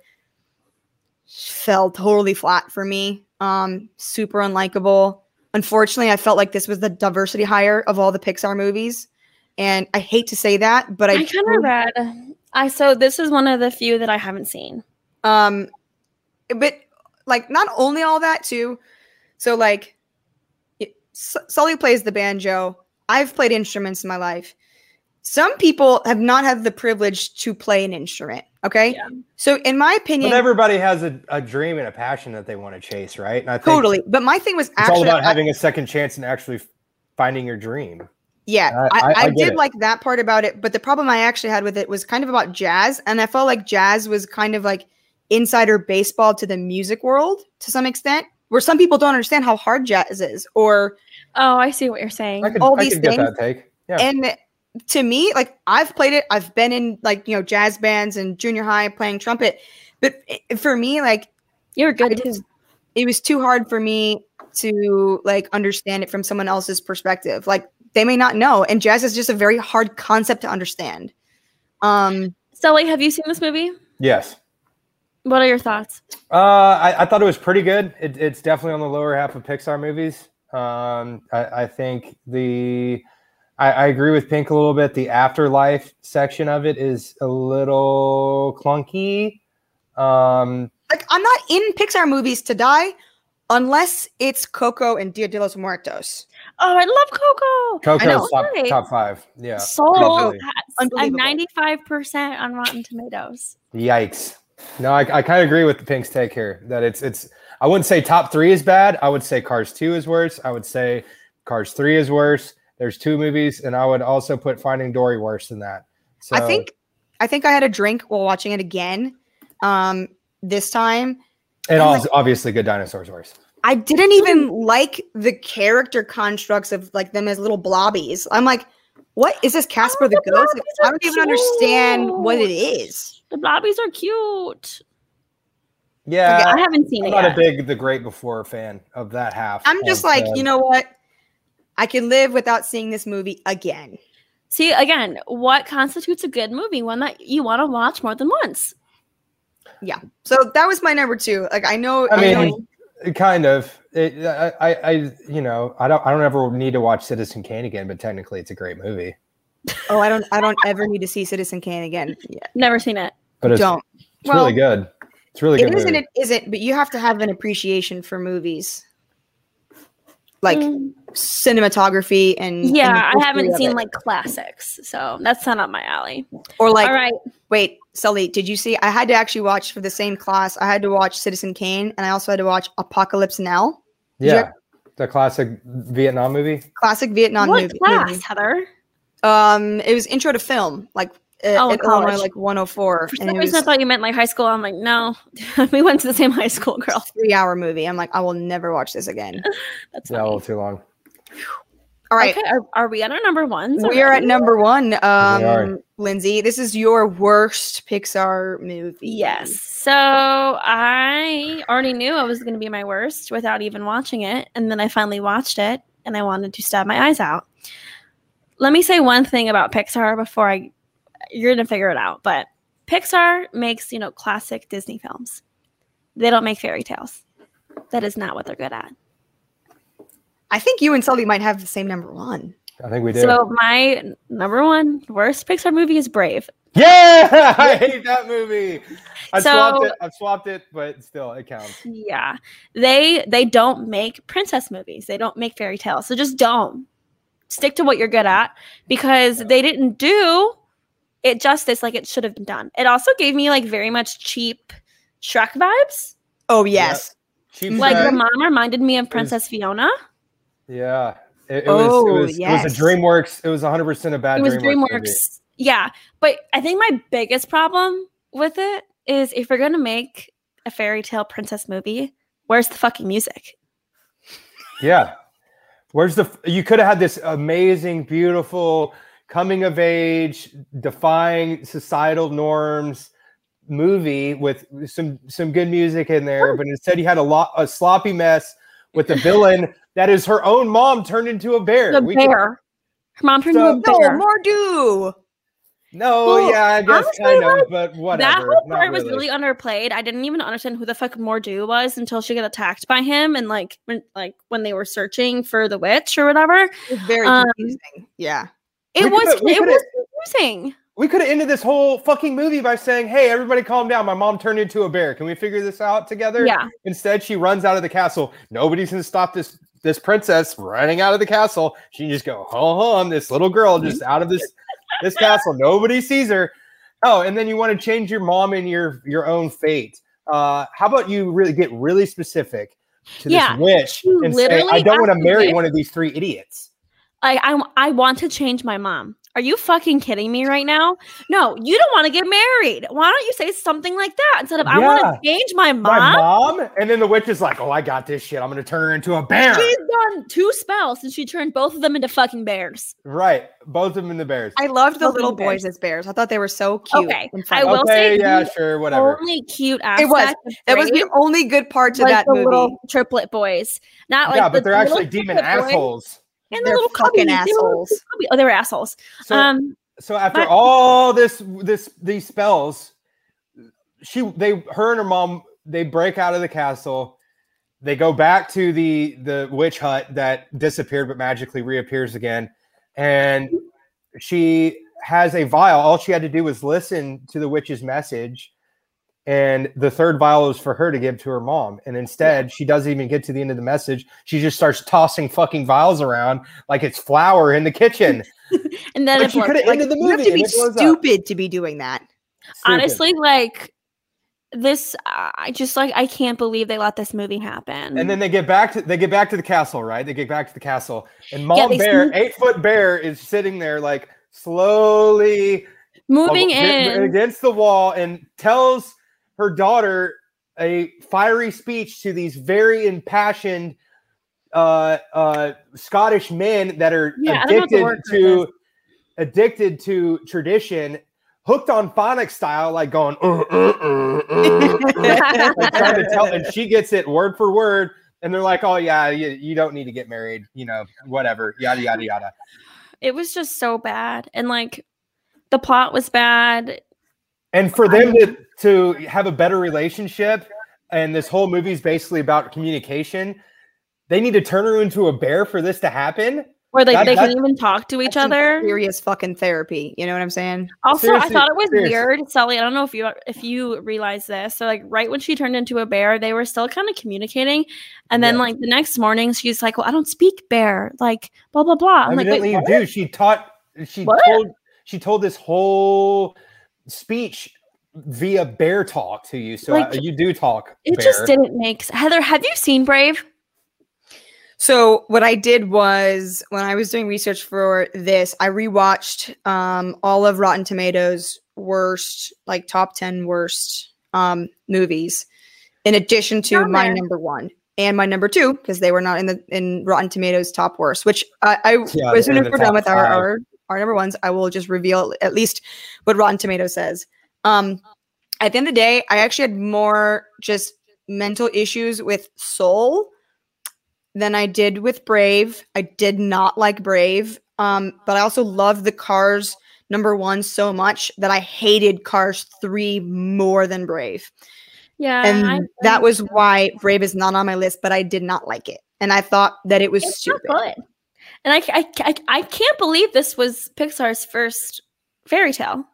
Speaker 1: fell totally flat for me. Um, super unlikable. Unfortunately, I felt like this was the diversity hire of all the Pixar movies and I hate to say that, but I,
Speaker 2: I kind of read. I so this is one of the few that I haven't seen.
Speaker 1: Um, but like not only all that too. So like, it, Sully plays the banjo. I've played instruments in my life. Some people have not had the privilege to play an instrument. Okay, yeah. so in my opinion,
Speaker 3: but everybody has a, a dream and a passion that they want to chase, right? And I
Speaker 1: totally. But my thing was
Speaker 3: it's
Speaker 1: actually
Speaker 3: all about having a second chance and actually finding your dream.
Speaker 1: Yeah, I, I, I, I did it. like that part about it, but the problem I actually had with it was kind of about jazz, and I felt like jazz was kind of like insider baseball to the music world to some extent, where some people don't understand how hard jazz is, or
Speaker 2: oh, I see what you're saying.
Speaker 3: Can,
Speaker 1: all these things.
Speaker 3: Yeah.
Speaker 1: And to me, like I've played it, I've been in like you know jazz bands and junior high playing trumpet, but for me, like
Speaker 2: you're good too.
Speaker 1: Was, it was too hard for me to like understand it from someone else's perspective, like they may not know. And jazz is just a very hard concept to understand. Um,
Speaker 2: Sully, have you seen this movie?
Speaker 3: Yes.
Speaker 2: What are your thoughts?
Speaker 3: Uh, I, I thought it was pretty good. It, it's definitely on the lower half of Pixar movies. Um, I, I think the, I, I agree with Pink a little bit. The afterlife section of it is a little clunky. Um,
Speaker 1: like I'm not in Pixar movies to die unless it's Coco and Dia de los Muertos.
Speaker 2: Oh, I love
Speaker 3: Coco. Coco's top, right. top five. Yeah.
Speaker 2: Soul at ninety-five percent on Rotten Tomatoes.
Speaker 3: Yikes. No, I, I kind of agree with the Pink's take here that it's it's. I wouldn't say top three is bad. I would say Cars two is worse. I would say Cars three is worse. There's two movies, and I would also put Finding Dory worse than that. So,
Speaker 1: I think I think I had a drink while watching it again. Um, this time.
Speaker 3: And like, obviously, Good Dinosaurs worse.
Speaker 1: I didn't even like the character constructs of like them as little blobbies. I'm like, what is this Casper oh, the, the Ghost? Like, I don't even cute. understand what it is.
Speaker 2: The blobbies are cute.
Speaker 3: Yeah,
Speaker 2: okay, I haven't seen
Speaker 3: Uh, I'm
Speaker 2: it. yet.
Speaker 3: Not a big the Great Before fan of that half. uh,
Speaker 1: I'm just like, the... you know what? I can live without seeing this movie again.
Speaker 2: See again, what constitutes a good movie? One that you want to watch more than once.
Speaker 1: Yeah. So that was my number two. Like I know.
Speaker 3: I mean,
Speaker 1: I know
Speaker 3: kind of it, I, I, I you know i don't i don't ever need to watch citizen kane again but technically it's a great movie
Speaker 1: oh i don't i don't ever need to see citizen kane again yeah.
Speaker 2: never seen it
Speaker 3: but it's,
Speaker 1: don't
Speaker 3: it's well, really good it's really
Speaker 1: it
Speaker 3: good
Speaker 1: isn't
Speaker 3: movie.
Speaker 1: it isn't but you have to have an appreciation for movies like mm. cinematography and
Speaker 2: yeah
Speaker 1: and
Speaker 2: i haven't seen it. like classics so that's not up my alley
Speaker 1: or like
Speaker 2: all right
Speaker 1: wait Sully, did you see? I had to actually watch for the same class. I had to watch Citizen Kane, and I also had to watch Apocalypse Now.
Speaker 3: Did yeah, the classic Vietnam movie.
Speaker 1: Classic Vietnam
Speaker 2: what
Speaker 1: movie.
Speaker 2: class,
Speaker 1: movie.
Speaker 2: Heather?
Speaker 1: Um, it was Intro to Film, like uh,
Speaker 2: Oh,
Speaker 1: at
Speaker 2: college.
Speaker 1: Illinois, like 104.
Speaker 2: For
Speaker 1: and
Speaker 2: some
Speaker 1: it
Speaker 2: reason, I
Speaker 1: was
Speaker 2: thought you meant like high school. I'm like, no, we went to the same high school, girl.
Speaker 1: three-hour movie. I'm like, I will never watch this again.
Speaker 2: That's
Speaker 3: Yeah, a
Speaker 2: funny.
Speaker 3: little too long.
Speaker 1: All right,
Speaker 2: Okay, are, are we at our number ones?
Speaker 1: we are at
Speaker 2: already?
Speaker 1: number one.
Speaker 3: are.
Speaker 1: Um, Lindsay, this is your worst Pixar movie.
Speaker 2: Yes. Mm-hmm. So I already knew I was going to be my worst without even watching it. And then I finally watched it and I wanted to stab my eyes out. Let me say one thing about Pixar before I, you're going to figure it out. But Pixar makes, you know, classic Disney films. They don't make fairy tales. That is not what they're good at.
Speaker 1: I think you and Sully might have the same number one.
Speaker 3: I think we did.
Speaker 2: So my number one worst Pixar movie is Brave.
Speaker 3: yeah, I hate that movie. I
Speaker 2: So-
Speaker 3: swapped it. I swapped it, but still, it counts.
Speaker 2: Yeah. They they don't make princess movies. They don't make fairy tales. So just don't stick to what you're good at because they didn't do it justice like it should have been done. It also gave me like very much cheap Shrek vibes.
Speaker 1: Oh yes.
Speaker 3: Cheap
Speaker 2: Like
Speaker 3: Trick.
Speaker 2: the mom reminded me of Princess Fiona.
Speaker 3: yeah. It, it was,
Speaker 1: Oh,
Speaker 3: it, was, it
Speaker 1: yes.
Speaker 3: was a DreamWorks. It was 100% a bad
Speaker 2: It was
Speaker 3: DreamWorks.
Speaker 2: DreamWorks.
Speaker 3: movie.
Speaker 2: Yeah, but I think my biggest problem with it is if you're gonna make a fairy tale princess movie, where's the fucking music?
Speaker 3: Yeah. Where's the? f- You could have had this amazing, beautiful coming of age, defying societal norms movie with some some good music in there, but instead you had a lot a sloppy mess with a villain that is her own mom turned into a bear.
Speaker 2: The
Speaker 3: We-
Speaker 2: bear. Her mom turned into a
Speaker 1: No
Speaker 2: bear.
Speaker 1: more do.
Speaker 3: no,
Speaker 2: Well,
Speaker 3: yeah, I guess
Speaker 2: honestly,
Speaker 3: kind of,
Speaker 2: like,
Speaker 3: but whatever.
Speaker 2: that whole
Speaker 3: not
Speaker 2: part was really underplayed. I didn't even understand who the fuck Mordu was until she got attacked by him and like when like when they were searching for the witch or whatever.
Speaker 1: It was very
Speaker 2: Um,
Speaker 1: confusing. Yeah.
Speaker 2: It
Speaker 3: We
Speaker 2: was
Speaker 3: could've- we
Speaker 2: it
Speaker 3: could've-
Speaker 2: was confusing.
Speaker 3: We could have ended this whole fucking movie by saying, "Hey, everybody, calm down. My mom turned into a bear. Can we figure this out together?"
Speaker 2: Yeah.
Speaker 3: Instead, she runs out of the castle. Nobody's gonna stop this this princess running out of the castle. She can just go home, home. This little girl just out of this this castle. Nobody sees her. Oh, and then you want to change your mom and your your own fate. Uh, how about you really get really specific to
Speaker 2: Yeah.
Speaker 3: this witch
Speaker 2: You
Speaker 3: and say,
Speaker 2: literally
Speaker 3: "I don't want to
Speaker 2: asked the
Speaker 3: marry
Speaker 2: witch-
Speaker 3: one of these three idiots."
Speaker 2: Like I I want to change my mom. Are you fucking kidding me right now? No, you don't want to get married. Why don't you say something like that instead of I want to change my mom?
Speaker 3: My mom, and then the witch is like, "Oh, I got this shit. I'm gonna turn her into a bear."
Speaker 2: She's done two spells and she turned both of them into fucking bears.
Speaker 3: Right. Both of them in the Bears.
Speaker 1: I loved the
Speaker 2: Love
Speaker 1: little
Speaker 2: them bears.
Speaker 1: boys as bears. I thought they were so cute.
Speaker 2: Okay,
Speaker 1: and
Speaker 2: I
Speaker 1: funny.
Speaker 2: will
Speaker 3: okay,
Speaker 2: say
Speaker 3: yeah,
Speaker 2: the
Speaker 3: sure, whatever.
Speaker 2: Only cute aspect.
Speaker 1: It was.
Speaker 2: of
Speaker 1: That was
Speaker 2: Brave
Speaker 1: the only good part to
Speaker 2: was
Speaker 1: that
Speaker 2: the
Speaker 1: movie.
Speaker 2: little triplet boys. Not like
Speaker 3: yeah,
Speaker 2: the
Speaker 3: but they're actually
Speaker 2: little
Speaker 3: demon
Speaker 2: triplet boys
Speaker 3: assholes.
Speaker 2: And the
Speaker 1: They're
Speaker 2: little
Speaker 1: fucking
Speaker 2: cubbies. They were little
Speaker 1: assholes.
Speaker 2: cubby- Oh, they were assholes.
Speaker 3: So,
Speaker 2: um,
Speaker 3: so after
Speaker 2: my-
Speaker 3: all this, this these spells, she, they, her and her mom, they break out of the castle. They go back to the the witch hut that disappeared but magically reappears again, and she has a vial. All she had to do was listen to the witch's message, and the third vial was for her to give to her mom. And instead, she doesn't even get to the end of the message. She just starts tossing fucking vials around like it's flour in the kitchen.
Speaker 2: and then
Speaker 3: But
Speaker 2: it
Speaker 3: you
Speaker 2: blew-
Speaker 3: could've
Speaker 2: like,
Speaker 3: ended the
Speaker 1: you have
Speaker 3: movie
Speaker 1: to be
Speaker 3: and it blows up.
Speaker 1: stupid to be doing that.
Speaker 3: Stupid.
Speaker 2: honestly, like this, I just like I can't believe they let this movie happen.
Speaker 3: And then they get back to they get back to the castle, right? They get back to the castle, and Mom
Speaker 2: they
Speaker 3: Bear,
Speaker 2: sneak-
Speaker 3: eight foot bear, is sitting there like slowly
Speaker 2: moving
Speaker 3: ag-
Speaker 2: in,
Speaker 3: against the wall, and tells her daughter a fiery speech to these very impassioned uh, uh, Scottish men that are
Speaker 2: Yeah, I don't know what the
Speaker 3: addicted
Speaker 2: word for
Speaker 3: to addicted to tradition, hooked on phonics style, like going. "Uh, uh, uh, uh, like trying to tell, and she gets it word for word. And they're like, "Oh yeah, you, you don't need to get married, you know, whatever, yada yada yada."
Speaker 2: it was just so bad, and like the plot was bad.
Speaker 3: And for them to to have a better relationship, and this whole movie is basically about communication. They need to turn her into a bear for this to happen.
Speaker 2: Where they,
Speaker 3: That-
Speaker 2: they
Speaker 3: that-
Speaker 2: couldn't even talk to each
Speaker 1: That's some
Speaker 2: other.
Speaker 1: Serious fucking therapy. You know what I'm saying?
Speaker 2: Also, I
Speaker 3: Seriously,
Speaker 2: thought it was
Speaker 3: seriously.
Speaker 2: weird, Sally. I don't know if you if you realize this. So, like, right when she turned into a bear, they were still kind of communicating, and then
Speaker 3: Yeah.
Speaker 2: like the next morning, she's like, "Well, I don't speak bear," like blah blah blah. I'm like,
Speaker 3: Evidently,
Speaker 2: wait,
Speaker 3: you
Speaker 2: what?
Speaker 3: do. She taught. She
Speaker 2: What?
Speaker 3: told. She told this whole speech via bear talk to you. So
Speaker 2: Like,
Speaker 3: uh, you do talk.
Speaker 2: it
Speaker 3: bear.
Speaker 2: just didn't make s- Heather. Have you seen Brave?
Speaker 1: So what I did was when I was doing research for this, I rewatched um, all of Rotten Tomatoes' worst, like top ten worst um, movies, in addition to
Speaker 2: Down
Speaker 1: my
Speaker 2: there.
Speaker 1: number one and my number two because they were not in the in Rotten Tomatoes' top worst. Which I, I
Speaker 3: Yeah,
Speaker 1: as
Speaker 3: they're
Speaker 1: soon
Speaker 3: in
Speaker 1: as
Speaker 3: the
Speaker 1: we're done
Speaker 3: top
Speaker 1: with our,
Speaker 3: five.
Speaker 1: our our number ones, I will just reveal at least what Rotten Tomatoes says. Um, at the end of the day, I actually had more just mental issues with Soul than I did with Brave. I did not like Brave, um, but I also loved the Cars number one so much that I hated Cars three more than Brave
Speaker 2: Yeah,
Speaker 1: and
Speaker 2: I-
Speaker 1: that was why Brave is not on my list, but I did not like it, and I thought that it was
Speaker 2: It's not
Speaker 1: stupid.
Speaker 2: good. And I, I, I, I can't believe this was Pixar's first fairy tale.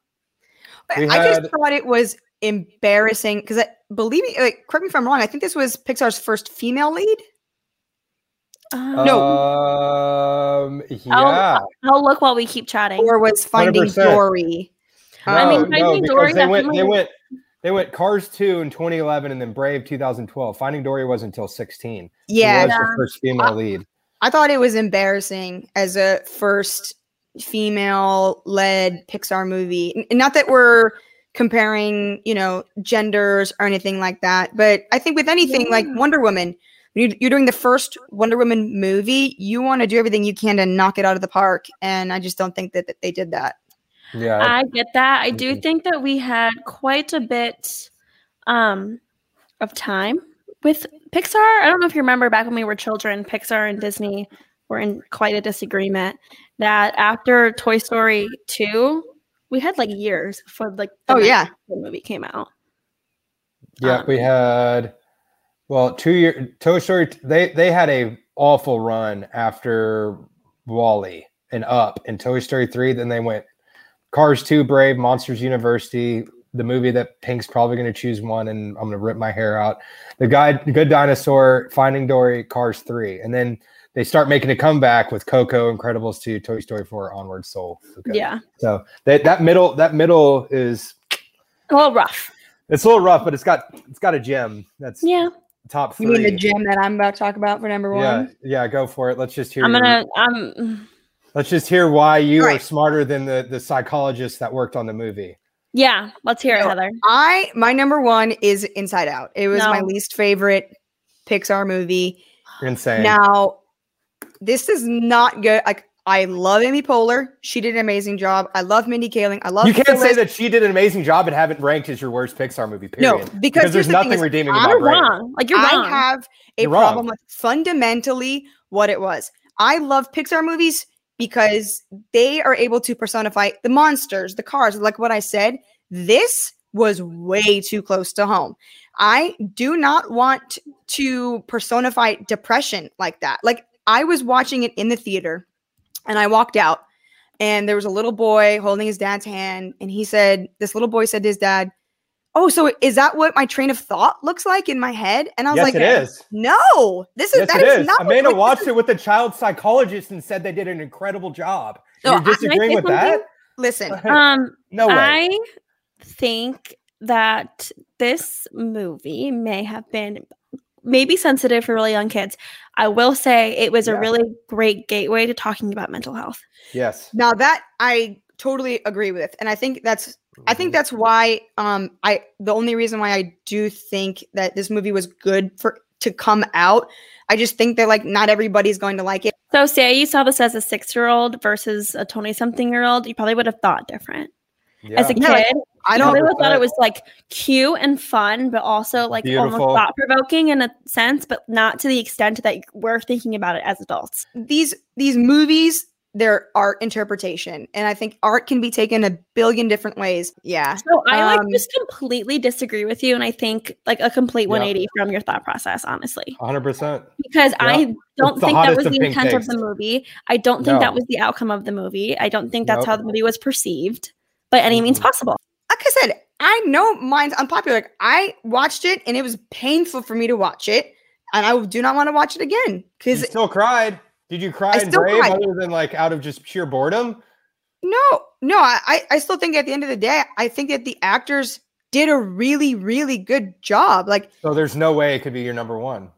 Speaker 1: I-
Speaker 3: We
Speaker 1: I
Speaker 3: had-
Speaker 1: just thought it was embarrassing because I believe me, like, correct me if I'm wrong. I think this was Pixar's first female lead.
Speaker 2: Uh,
Speaker 3: Oh.
Speaker 1: No.
Speaker 3: Um, yeah.
Speaker 2: I'll look while we keep chatting.
Speaker 1: or was Finding
Speaker 3: 100%.
Speaker 1: Dory. Um,
Speaker 3: No,
Speaker 2: I mean,
Speaker 3: no,
Speaker 2: Finding
Speaker 3: because
Speaker 2: Dory
Speaker 3: they went. They
Speaker 2: definitely-
Speaker 3: went. They went Cars 2 in 2011 and then Brave 2012. Finding Dory was until 16.
Speaker 1: Yeah,
Speaker 3: She was the first female
Speaker 2: Uh,
Speaker 1: I-
Speaker 3: lead.
Speaker 1: I thought it was embarrassing as a first female led Pixar movie. N- not that we're comparing, you know, genders or anything like that, but I think with anything like
Speaker 2: Yeah.
Speaker 1: Wonder Woman, when you- you're doing the first Wonder Woman movie, you want to do everything you can to knock it out of the park. And I just don't think that, that they did that.
Speaker 3: Yeah.
Speaker 2: I get that. I do
Speaker 3: Mhm.
Speaker 2: think that we had quite a bit um, of time with Pixar. I don't know if you remember back when we were children, Pixar and Disney were in quite a disagreement. That after Toy Story 2, we had like years before like
Speaker 1: Oh,
Speaker 2: next
Speaker 1: yeah.
Speaker 2: Pixar movie came out.
Speaker 3: yeah,
Speaker 2: um,
Speaker 3: we had well, two year Toy Story they they had a awful run after Wally and Up and Toy Story 3 then they went Cars 2, Brave, Monsters University, the movie that Pink's probably going to choose one and I'm going to rip my hair out. The guy Good Dinosaur, Finding Dory, Cars 3. And then they start making a comeback with Coco, Incredibles 2, Toy Story 4, Onward Soul. Okay.
Speaker 2: Yeah.
Speaker 3: So that that middle that middle is
Speaker 2: A little rough.
Speaker 3: it's a little rough, but it's got it's got a gem. That's
Speaker 2: Yeah.
Speaker 3: top
Speaker 1: You mean the
Speaker 3: three.
Speaker 1: gem that I'm about to talk about for number one?
Speaker 3: Yeah, yeah, go for it. Let's just hear.
Speaker 2: I'm
Speaker 3: your-
Speaker 2: gonna um
Speaker 3: let's just hear why you
Speaker 1: All
Speaker 3: are
Speaker 1: right.
Speaker 3: smarter than the the psychologist that worked on the movie.
Speaker 2: yeah, let's hear it,
Speaker 1: No.
Speaker 2: Heather.
Speaker 1: I my number one is Inside Out. It was my
Speaker 2: No.
Speaker 1: least favorite Pixar movie.
Speaker 3: Insane.
Speaker 1: Now, this is not good. Like, I love Amy Poehler. She did an amazing job. I love Mindy Kaling. I love.
Speaker 3: you can't say
Speaker 1: Phyllis.
Speaker 3: that she did an amazing job and haven't ranked as your worst Pixar movie. Period.
Speaker 1: No, because, here's
Speaker 3: there's
Speaker 1: the thing
Speaker 3: nothing
Speaker 1: is,
Speaker 3: redeeming
Speaker 2: You're
Speaker 3: about Brave.
Speaker 2: wrong. Like you're
Speaker 1: I
Speaker 2: wrong.
Speaker 1: have a
Speaker 3: You're wrong.
Speaker 1: problem with fundamentally what it was. I love Pixar movies because they are able to personify the monsters, the cars, like what I said. This was way too close to home. I do not want to personify depression like that. Like I was watching it in the theater and I walked out and there was a little boy holding his dad's hand and he said this little boy said to his dad, "Oh, so is that what my train of thought looks like in my head?" And I was
Speaker 3: Yes,
Speaker 1: like,
Speaker 3: it is.
Speaker 1: "No. This is
Speaker 3: Yes,
Speaker 1: that
Speaker 3: it
Speaker 1: is,
Speaker 3: is.
Speaker 1: not what
Speaker 3: Amanda
Speaker 1: like,
Speaker 3: watched it with a child psychologist and said they did an incredible job.
Speaker 1: No,
Speaker 3: You're
Speaker 1: I- can I
Speaker 3: disagreeing
Speaker 2: say
Speaker 3: with that?
Speaker 1: listen.
Speaker 2: um
Speaker 3: No way.
Speaker 2: I think that this movie may have been maybe sensitive for really young kids. I will say it was a
Speaker 3: Yeah.
Speaker 2: really great gateway to talking about mental health.
Speaker 3: yes.
Speaker 1: Now that I totally agree with and I think that's I think that's why um I the only reason why I do think that this movie was good for to come out. I just think that like not everybody's going to like it.
Speaker 2: So, say you saw this as a six year old versus a 20 something year old, you probably would have thought different.
Speaker 3: Yeah.
Speaker 2: As a kid,
Speaker 1: Yeah, like, I
Speaker 2: I
Speaker 1: don't
Speaker 2: probably would have thought it
Speaker 3: 100%.
Speaker 2: was like cute and fun, but also like
Speaker 3: Beautiful.
Speaker 2: almost thought provoking in a sense, but not to the extent that we're thinking about it as adults.
Speaker 1: these these movies their art interpretation and I think art can be taken a billion different ways. Yeah.
Speaker 2: So I
Speaker 1: Um,
Speaker 2: like just completely disagree with you, and I think like a complete
Speaker 3: Yeah.
Speaker 2: 180 from your thought process, honestly,
Speaker 3: 100. percent
Speaker 2: because
Speaker 3: Yeah.
Speaker 2: I
Speaker 3: It's
Speaker 2: don't
Speaker 3: the
Speaker 2: think that
Speaker 3: hottest
Speaker 2: was
Speaker 3: of
Speaker 2: the
Speaker 3: pink
Speaker 2: intent of
Speaker 3: takes.
Speaker 2: the movie. I don't think
Speaker 3: No.
Speaker 2: that was the outcome of the movie. I don't think that's how
Speaker 3: Nope.
Speaker 2: the movie was perceived by any means
Speaker 3: Mhm.
Speaker 2: possible.
Speaker 1: Like I said, I know mine's unpopular. Like, I watched it and it was painful for me to watch it and I do not want to watch it again
Speaker 3: You
Speaker 1: cuz
Speaker 3: still cried. Did you cry in
Speaker 1: still
Speaker 3: Brave
Speaker 1: cried.
Speaker 3: other than like out of just sheer boredom?
Speaker 1: No, no, I, I I still think at the end of the day, I think that the actors did a really, really good job. Like
Speaker 3: So there's no way it could be your number one.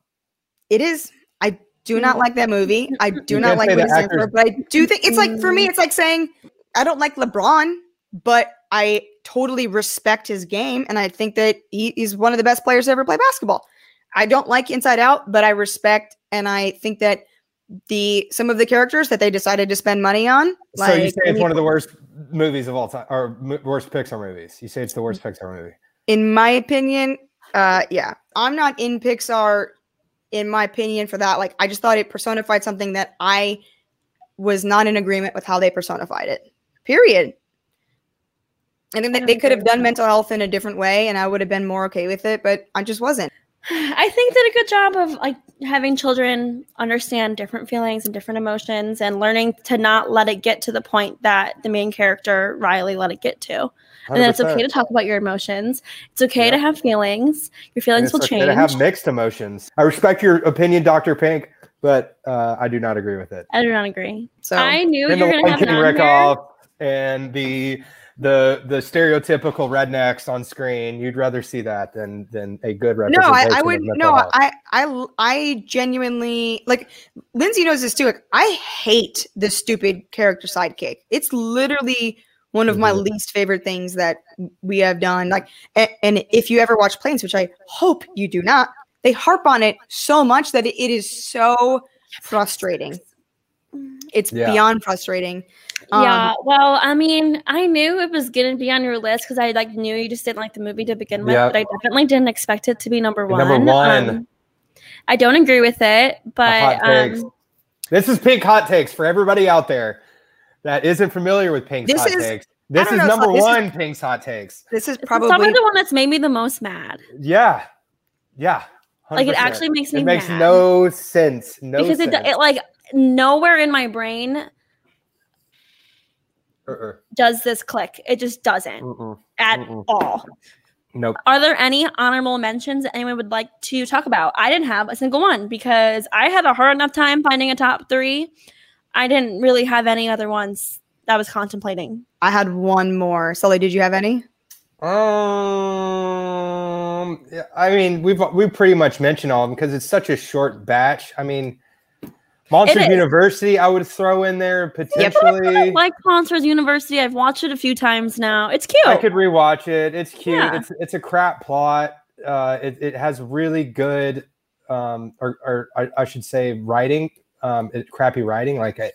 Speaker 1: it is, I do not like that movie. I do
Speaker 3: You
Speaker 1: not
Speaker 3: can't
Speaker 1: like
Speaker 3: say
Speaker 1: what
Speaker 3: the
Speaker 1: it stands for,
Speaker 3: actors-
Speaker 1: but I do think it's like for me, it's like saying I don't like LeBron, but I totally respect his game, and I think that he, he's one of the best players to ever play basketball. I don't like Inside Out, but I respect and I think that the some of the characters that they decided to spend money on.
Speaker 3: so you say it's
Speaker 1: Amy
Speaker 3: one of the worst movies of all time, or m- worst Pixar movies. You say it's the worst Pixar movie.
Speaker 1: in my opinion, uh, yeah, I'm not in Pixar. In my opinion, for that, like I just thought it personified something that I was not in agreement with how they personified it. Period. And then they,
Speaker 2: I
Speaker 1: they could have
Speaker 2: agree.
Speaker 1: done mental health in a different way, and I would have been more okay with it, but I just wasn't.
Speaker 2: I think did a good job of like having children understand different feelings and different emotions and learning to not let it get to the point that the main character Riley let it get to. and then it's okay to
Speaker 3: 100%.
Speaker 2: talk about your emotions. It's okay
Speaker 3: Yeah.
Speaker 2: to have feelings. Your
Speaker 3: And
Speaker 2: feelings
Speaker 3: it's
Speaker 2: will
Speaker 3: okay
Speaker 2: change.
Speaker 3: To have mixed emotions. I respect your opinion, Doctor Pink, but uh, I do not agree with it.
Speaker 2: I do not agree.
Speaker 1: So
Speaker 2: I knew
Speaker 3: and
Speaker 2: you
Speaker 3: the
Speaker 2: were gonna
Speaker 3: one
Speaker 2: have it
Speaker 3: can
Speaker 2: on
Speaker 3: wreck
Speaker 2: here.
Speaker 3: off, and the the the stereotypical rednecks on screen. You'd rather see that than than a good
Speaker 1: No,
Speaker 3: representation.
Speaker 1: I, I would
Speaker 3: of mental
Speaker 1: no,
Speaker 3: health.
Speaker 1: I, I I genuinely like Lindsay knows this too. Like I hate the stupid character sidekick. It's literally one of my
Speaker 3: Mhm.
Speaker 1: least favorite things that we have done. Like and, and if you ever watch Planes, which I hope you do not, they harp on it so much that it is so frustrating. It's
Speaker 3: Yeah.
Speaker 1: beyond frustrating.
Speaker 3: Um,
Speaker 2: yeah. Well, I mean, I knew it was gonna be on your list because I like knew you just didn't like the movie to begin with,
Speaker 3: Yeah.
Speaker 2: but I definitely didn't expect it to be number one.
Speaker 3: Number one.
Speaker 2: Um, I don't agree with it, but
Speaker 3: hot takes.
Speaker 2: um,
Speaker 3: This is pink hot takes for everybody out there that isn't familiar with Pink's
Speaker 1: This
Speaker 3: hot
Speaker 1: is-
Speaker 3: takes. This
Speaker 1: don't
Speaker 3: is
Speaker 1: know,
Speaker 3: number
Speaker 1: so this is-
Speaker 3: one Pink's hot takes.
Speaker 1: This is
Speaker 2: it's
Speaker 1: probably
Speaker 2: probably the one that's made me the most mad.
Speaker 3: Yeah, yeah. 100%.
Speaker 2: Like it actually makes me
Speaker 3: It makes
Speaker 2: mad.
Speaker 3: no sense. No
Speaker 2: because it,
Speaker 3: sense.
Speaker 2: it like nowhere in my brain
Speaker 3: Uh-uh.
Speaker 2: does this click. It just doesn't
Speaker 3: Mm-mm.
Speaker 2: at
Speaker 3: Mm, Mm-mm.
Speaker 2: all.
Speaker 3: Nope.
Speaker 2: Are there any honorable mentions that anyone would like to talk about? I didn't have a single one because I had a hard enough time finding a top three. I didn't really have any other ones that I was contemplating.
Speaker 1: I had one more. Sully, did you have any?
Speaker 3: Um, yeah, I mean, we've we pretty much mentioned all of them because it's such a short batch. I mean, Monsters
Speaker 2: is.
Speaker 3: University, I would throw in there
Speaker 1: Yeah,
Speaker 3: potentially.
Speaker 2: Like Monsters University, I've watched it a few times now. It's cute.
Speaker 3: I could rewatch it. It's cute.
Speaker 2: Yeah.
Speaker 3: It's it's a crap plot. Uh, it, it has really good, um, or, or I, I should say, writing. Um, it, crappy writing. Like I,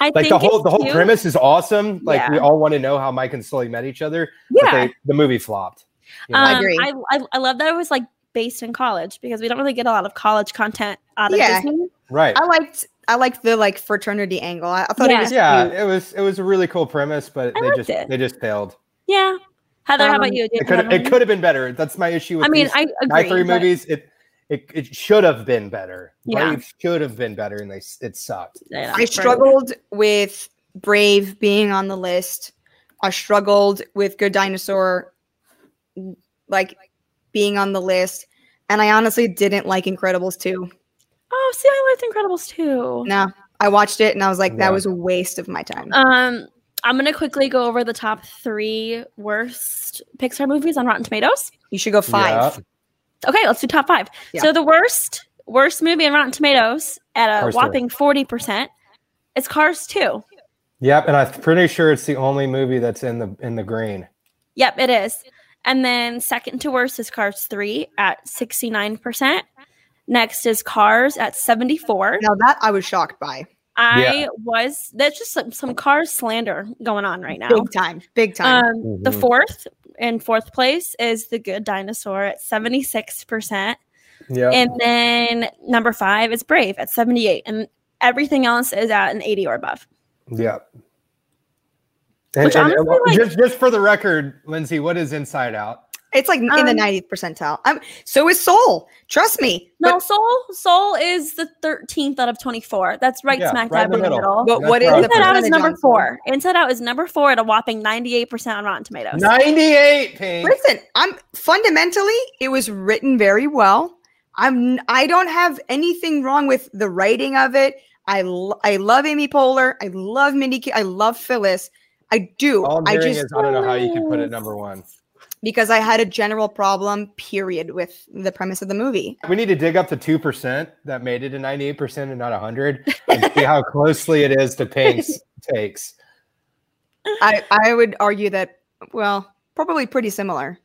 Speaker 2: I
Speaker 3: like the
Speaker 2: think
Speaker 3: whole
Speaker 2: it's
Speaker 3: the whole
Speaker 2: cute.
Speaker 3: premise is awesome. Like we
Speaker 2: Yeah.
Speaker 3: all want to know how Mike and Sully met each other.
Speaker 2: Yeah.
Speaker 3: But they, the movie flopped. you know?
Speaker 2: Um,
Speaker 1: I agree.
Speaker 2: I, I, I love that it was like based in college because we don't really get a lot of college content out of
Speaker 1: Yeah.
Speaker 2: Disney.
Speaker 3: right.
Speaker 1: I liked I liked the like fraternity angle. I, I thought it
Speaker 2: Yeah.
Speaker 1: was
Speaker 3: yeah,
Speaker 1: cute.
Speaker 3: it was it was a really cool premise, but
Speaker 2: I
Speaker 3: they
Speaker 2: liked
Speaker 3: just
Speaker 2: it.
Speaker 3: they just failed.
Speaker 2: Yeah. Heather, how about
Speaker 1: Um,
Speaker 2: you? Do you
Speaker 3: It could
Speaker 2: have
Speaker 3: it
Speaker 2: one?
Speaker 3: could have been better. That's my issue with
Speaker 2: I mean,
Speaker 3: these
Speaker 2: I
Speaker 3: my
Speaker 2: agree.
Speaker 3: three
Speaker 2: but-
Speaker 3: movies. It it it should have been better.
Speaker 2: Yeah.
Speaker 3: Brave should have been better, and they s- it sucked.
Speaker 2: Yeah,
Speaker 1: I
Speaker 2: right.
Speaker 1: struggled with Brave being on the list. I struggled with Good Dinosaur like being on the list. And I honestly didn't like Incredibles 2.
Speaker 2: Oh, see, I liked Incredibles too.
Speaker 1: No. I watched it and I was like,
Speaker 3: Yeah.
Speaker 1: that was a waste of my time.
Speaker 2: Um, I'm gonna quickly go over the top three worst Pixar movies on Rotten Tomatoes.
Speaker 1: you should go five.
Speaker 2: Okay, let's do top five.
Speaker 1: Yeah.
Speaker 2: So the worst worst movie on Rotten Tomatoes at a
Speaker 3: Cars two.
Speaker 2: whopping forty percent is Cars Two.
Speaker 3: Yep, and I'm pretty sure it's the only movie that's in the in the green.
Speaker 2: Yep, it is. And then second to worst is Cars Three at sixty nine percent. Next is Cars at seventy four.
Speaker 1: Now that I was shocked by.
Speaker 2: I was that's just some, some Cars slander going on right now.
Speaker 1: Big time. Big time.
Speaker 2: Um, The
Speaker 3: Mhm.
Speaker 2: fourth and fourth place is The Good Dinosaur at 76%.
Speaker 3: Yeah,
Speaker 2: And then number five is Brave at 78. And everything else is at an 80 or above.
Speaker 3: yeah. And,
Speaker 2: Which
Speaker 3: and- and
Speaker 2: honestly, like-
Speaker 3: just just for the record, Lindsay, what is Inside Out?
Speaker 1: it's like in the
Speaker 2: um,
Speaker 1: 90th percentile. Um, so is Soul. Trust me.
Speaker 2: No,
Speaker 1: But-
Speaker 2: Soul Soul is the 13th out of 24. That's right
Speaker 3: Yeah,
Speaker 2: smack
Speaker 3: right in
Speaker 2: dab
Speaker 3: the
Speaker 2: in the
Speaker 3: middle.
Speaker 2: middle.
Speaker 1: But
Speaker 3: That's
Speaker 1: what is
Speaker 3: right.
Speaker 1: the
Speaker 2: Inside Out is
Speaker 1: percentage
Speaker 2: number
Speaker 1: on Soul?
Speaker 2: four. Inside Out is number four at a whopping 98% on Rotten Tomatoes.
Speaker 3: Ninety-eight, Pink.
Speaker 1: Listen, I'm fundamentally it was written very well. I'm I don't have anything wrong with the writing of it. I lo- I love Amy Poehler. I love Mindy. K- I love Phyllis. I do.
Speaker 3: All I'm
Speaker 1: I
Speaker 3: hearing
Speaker 1: just
Speaker 3: is I don't know how you can put it number one.
Speaker 1: because I had a general problem period with the premise of the movie.
Speaker 3: We need to dig up the two percent that made it to ninety-eight percent and not hundred, and see how closely it is to Pink's takes.
Speaker 1: I I would argue that well, probably pretty similar.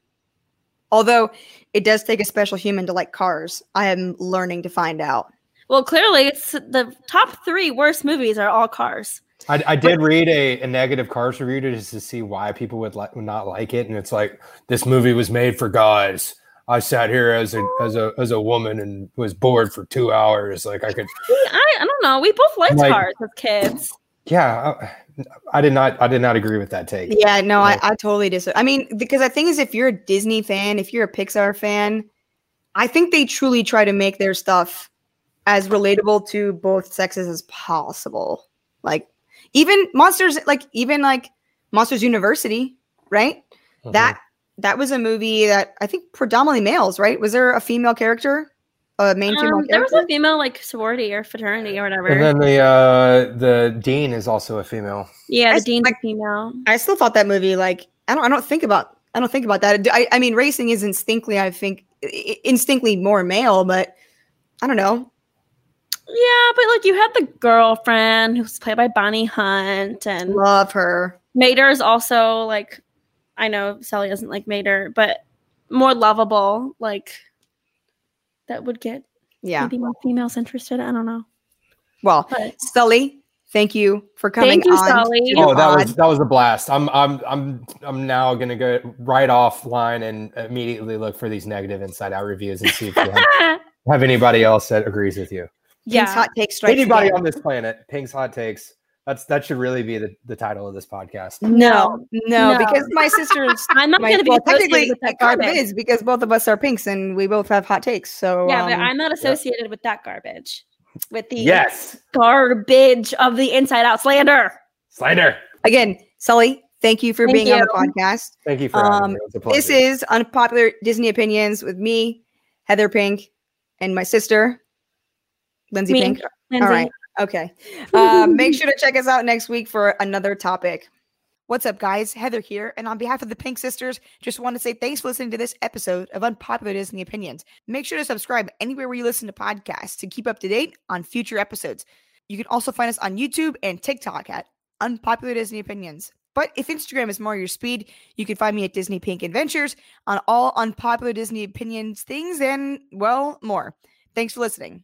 Speaker 1: Although it does take a special human to like cars. I am learning to find out.
Speaker 2: Well, clearly, it's the top three worst movies are all Cars.
Speaker 3: I, I did read a, a negative cars review to, just to see why people would, li- would not like it, and it's like this movie was made for guys. I sat here as a as a as a woman and was bored for two hours. Like I could,
Speaker 2: I, I don't know. We both liked
Speaker 3: Like-
Speaker 2: Cars as kids.
Speaker 3: yeah. I, I did not. I did not agree with that take.
Speaker 1: Yeah, no, I,
Speaker 3: Yeah.
Speaker 1: I totally disagree. I mean, because the thing is, if you're a Disney fan, if you're a Pixar fan, I think they truly try to make their stuff as relatable to both sexes as possible. Like, even Monsters, like, even like Monsters University, right?
Speaker 3: Mhm.
Speaker 1: That that was a movie that I think predominantly males, right? Was there a female character? a main female
Speaker 2: Um, there was a
Speaker 1: character?
Speaker 2: female like sorority or fraternity or whatever.
Speaker 3: Mm-hmm. And then the uh, the dean is also a female.
Speaker 2: yeah,
Speaker 1: I
Speaker 2: the
Speaker 1: s-
Speaker 2: dean's a
Speaker 1: like-
Speaker 2: female.
Speaker 1: I still thought that movie like I don't I don't think about I don't think about that. I, I mean racing is instinctively I think i- i- instinctively more male, but I don't know.
Speaker 2: Yeah, but like you had the girlfriend who was played by Bonnie Hunt, and
Speaker 1: Love her.
Speaker 2: Mater is also like, I know Sally doesn't like Mater, but more lovable. Like that would get
Speaker 1: Yeah.
Speaker 2: maybe more females interested. I don't know.
Speaker 1: Well,
Speaker 2: But
Speaker 1: Sully, thank you for coming
Speaker 2: Mm-hmm. thank you,
Speaker 1: on.
Speaker 2: Sally.
Speaker 1: Yeah.
Speaker 3: Oh, that
Speaker 1: Odd.
Speaker 3: was that was a blast. I'm I'm I'm I'm now gonna go right offline and immediately look for these negative inside out reviews and see if you have, have anybody else that agrees with you.
Speaker 1: Yeah.
Speaker 2: yeah.
Speaker 1: Hot take strikes
Speaker 3: anybody
Speaker 1: again.
Speaker 3: on this planet, Pink's hot takes. That's that should really be the, the title of this podcast.
Speaker 1: No, no,
Speaker 2: No.
Speaker 1: because my sister's
Speaker 2: I'm not
Speaker 1: my,
Speaker 2: going to be
Speaker 1: well,
Speaker 2: associated
Speaker 1: technically
Speaker 2: with that
Speaker 1: it kind of
Speaker 2: garbage.
Speaker 1: is because both of us are pinks and we both have hot takes. So
Speaker 2: yeah, but
Speaker 1: um,
Speaker 2: I'm not associated with that garbage. With the
Speaker 3: Yes,
Speaker 2: garbage of the Inside Out slander.
Speaker 3: Slander.
Speaker 1: again, Sully, thank you for
Speaker 2: Thank
Speaker 1: being on the
Speaker 2: you.
Speaker 1: podcast.
Speaker 3: Thank you for having
Speaker 1: Um,
Speaker 3: me. It was a pleasure.
Speaker 1: This is unpopular Disney opinions with me, Heather Pink, and my sister, Lindsay
Speaker 2: Me,
Speaker 1: Pink.
Speaker 2: Lindsay.
Speaker 1: All right. Okay. Uh, make sure to check us out next week for another topic. What's up, guys? Heather here. And on behalf of the Pink Sisters, just want to say thanks for listening to this episode of Unpopular Disney Opinions. Make sure to subscribe anywhere where you listen to podcasts to keep up to date on future episodes. You can also find us on YouTube and TikTok at Unpopular Disney Opinions. But if Instagram is more your speed, you can find me at Disney Pink Adventures on all unpopular Disney opinions things and, well, more. Thanks for listening.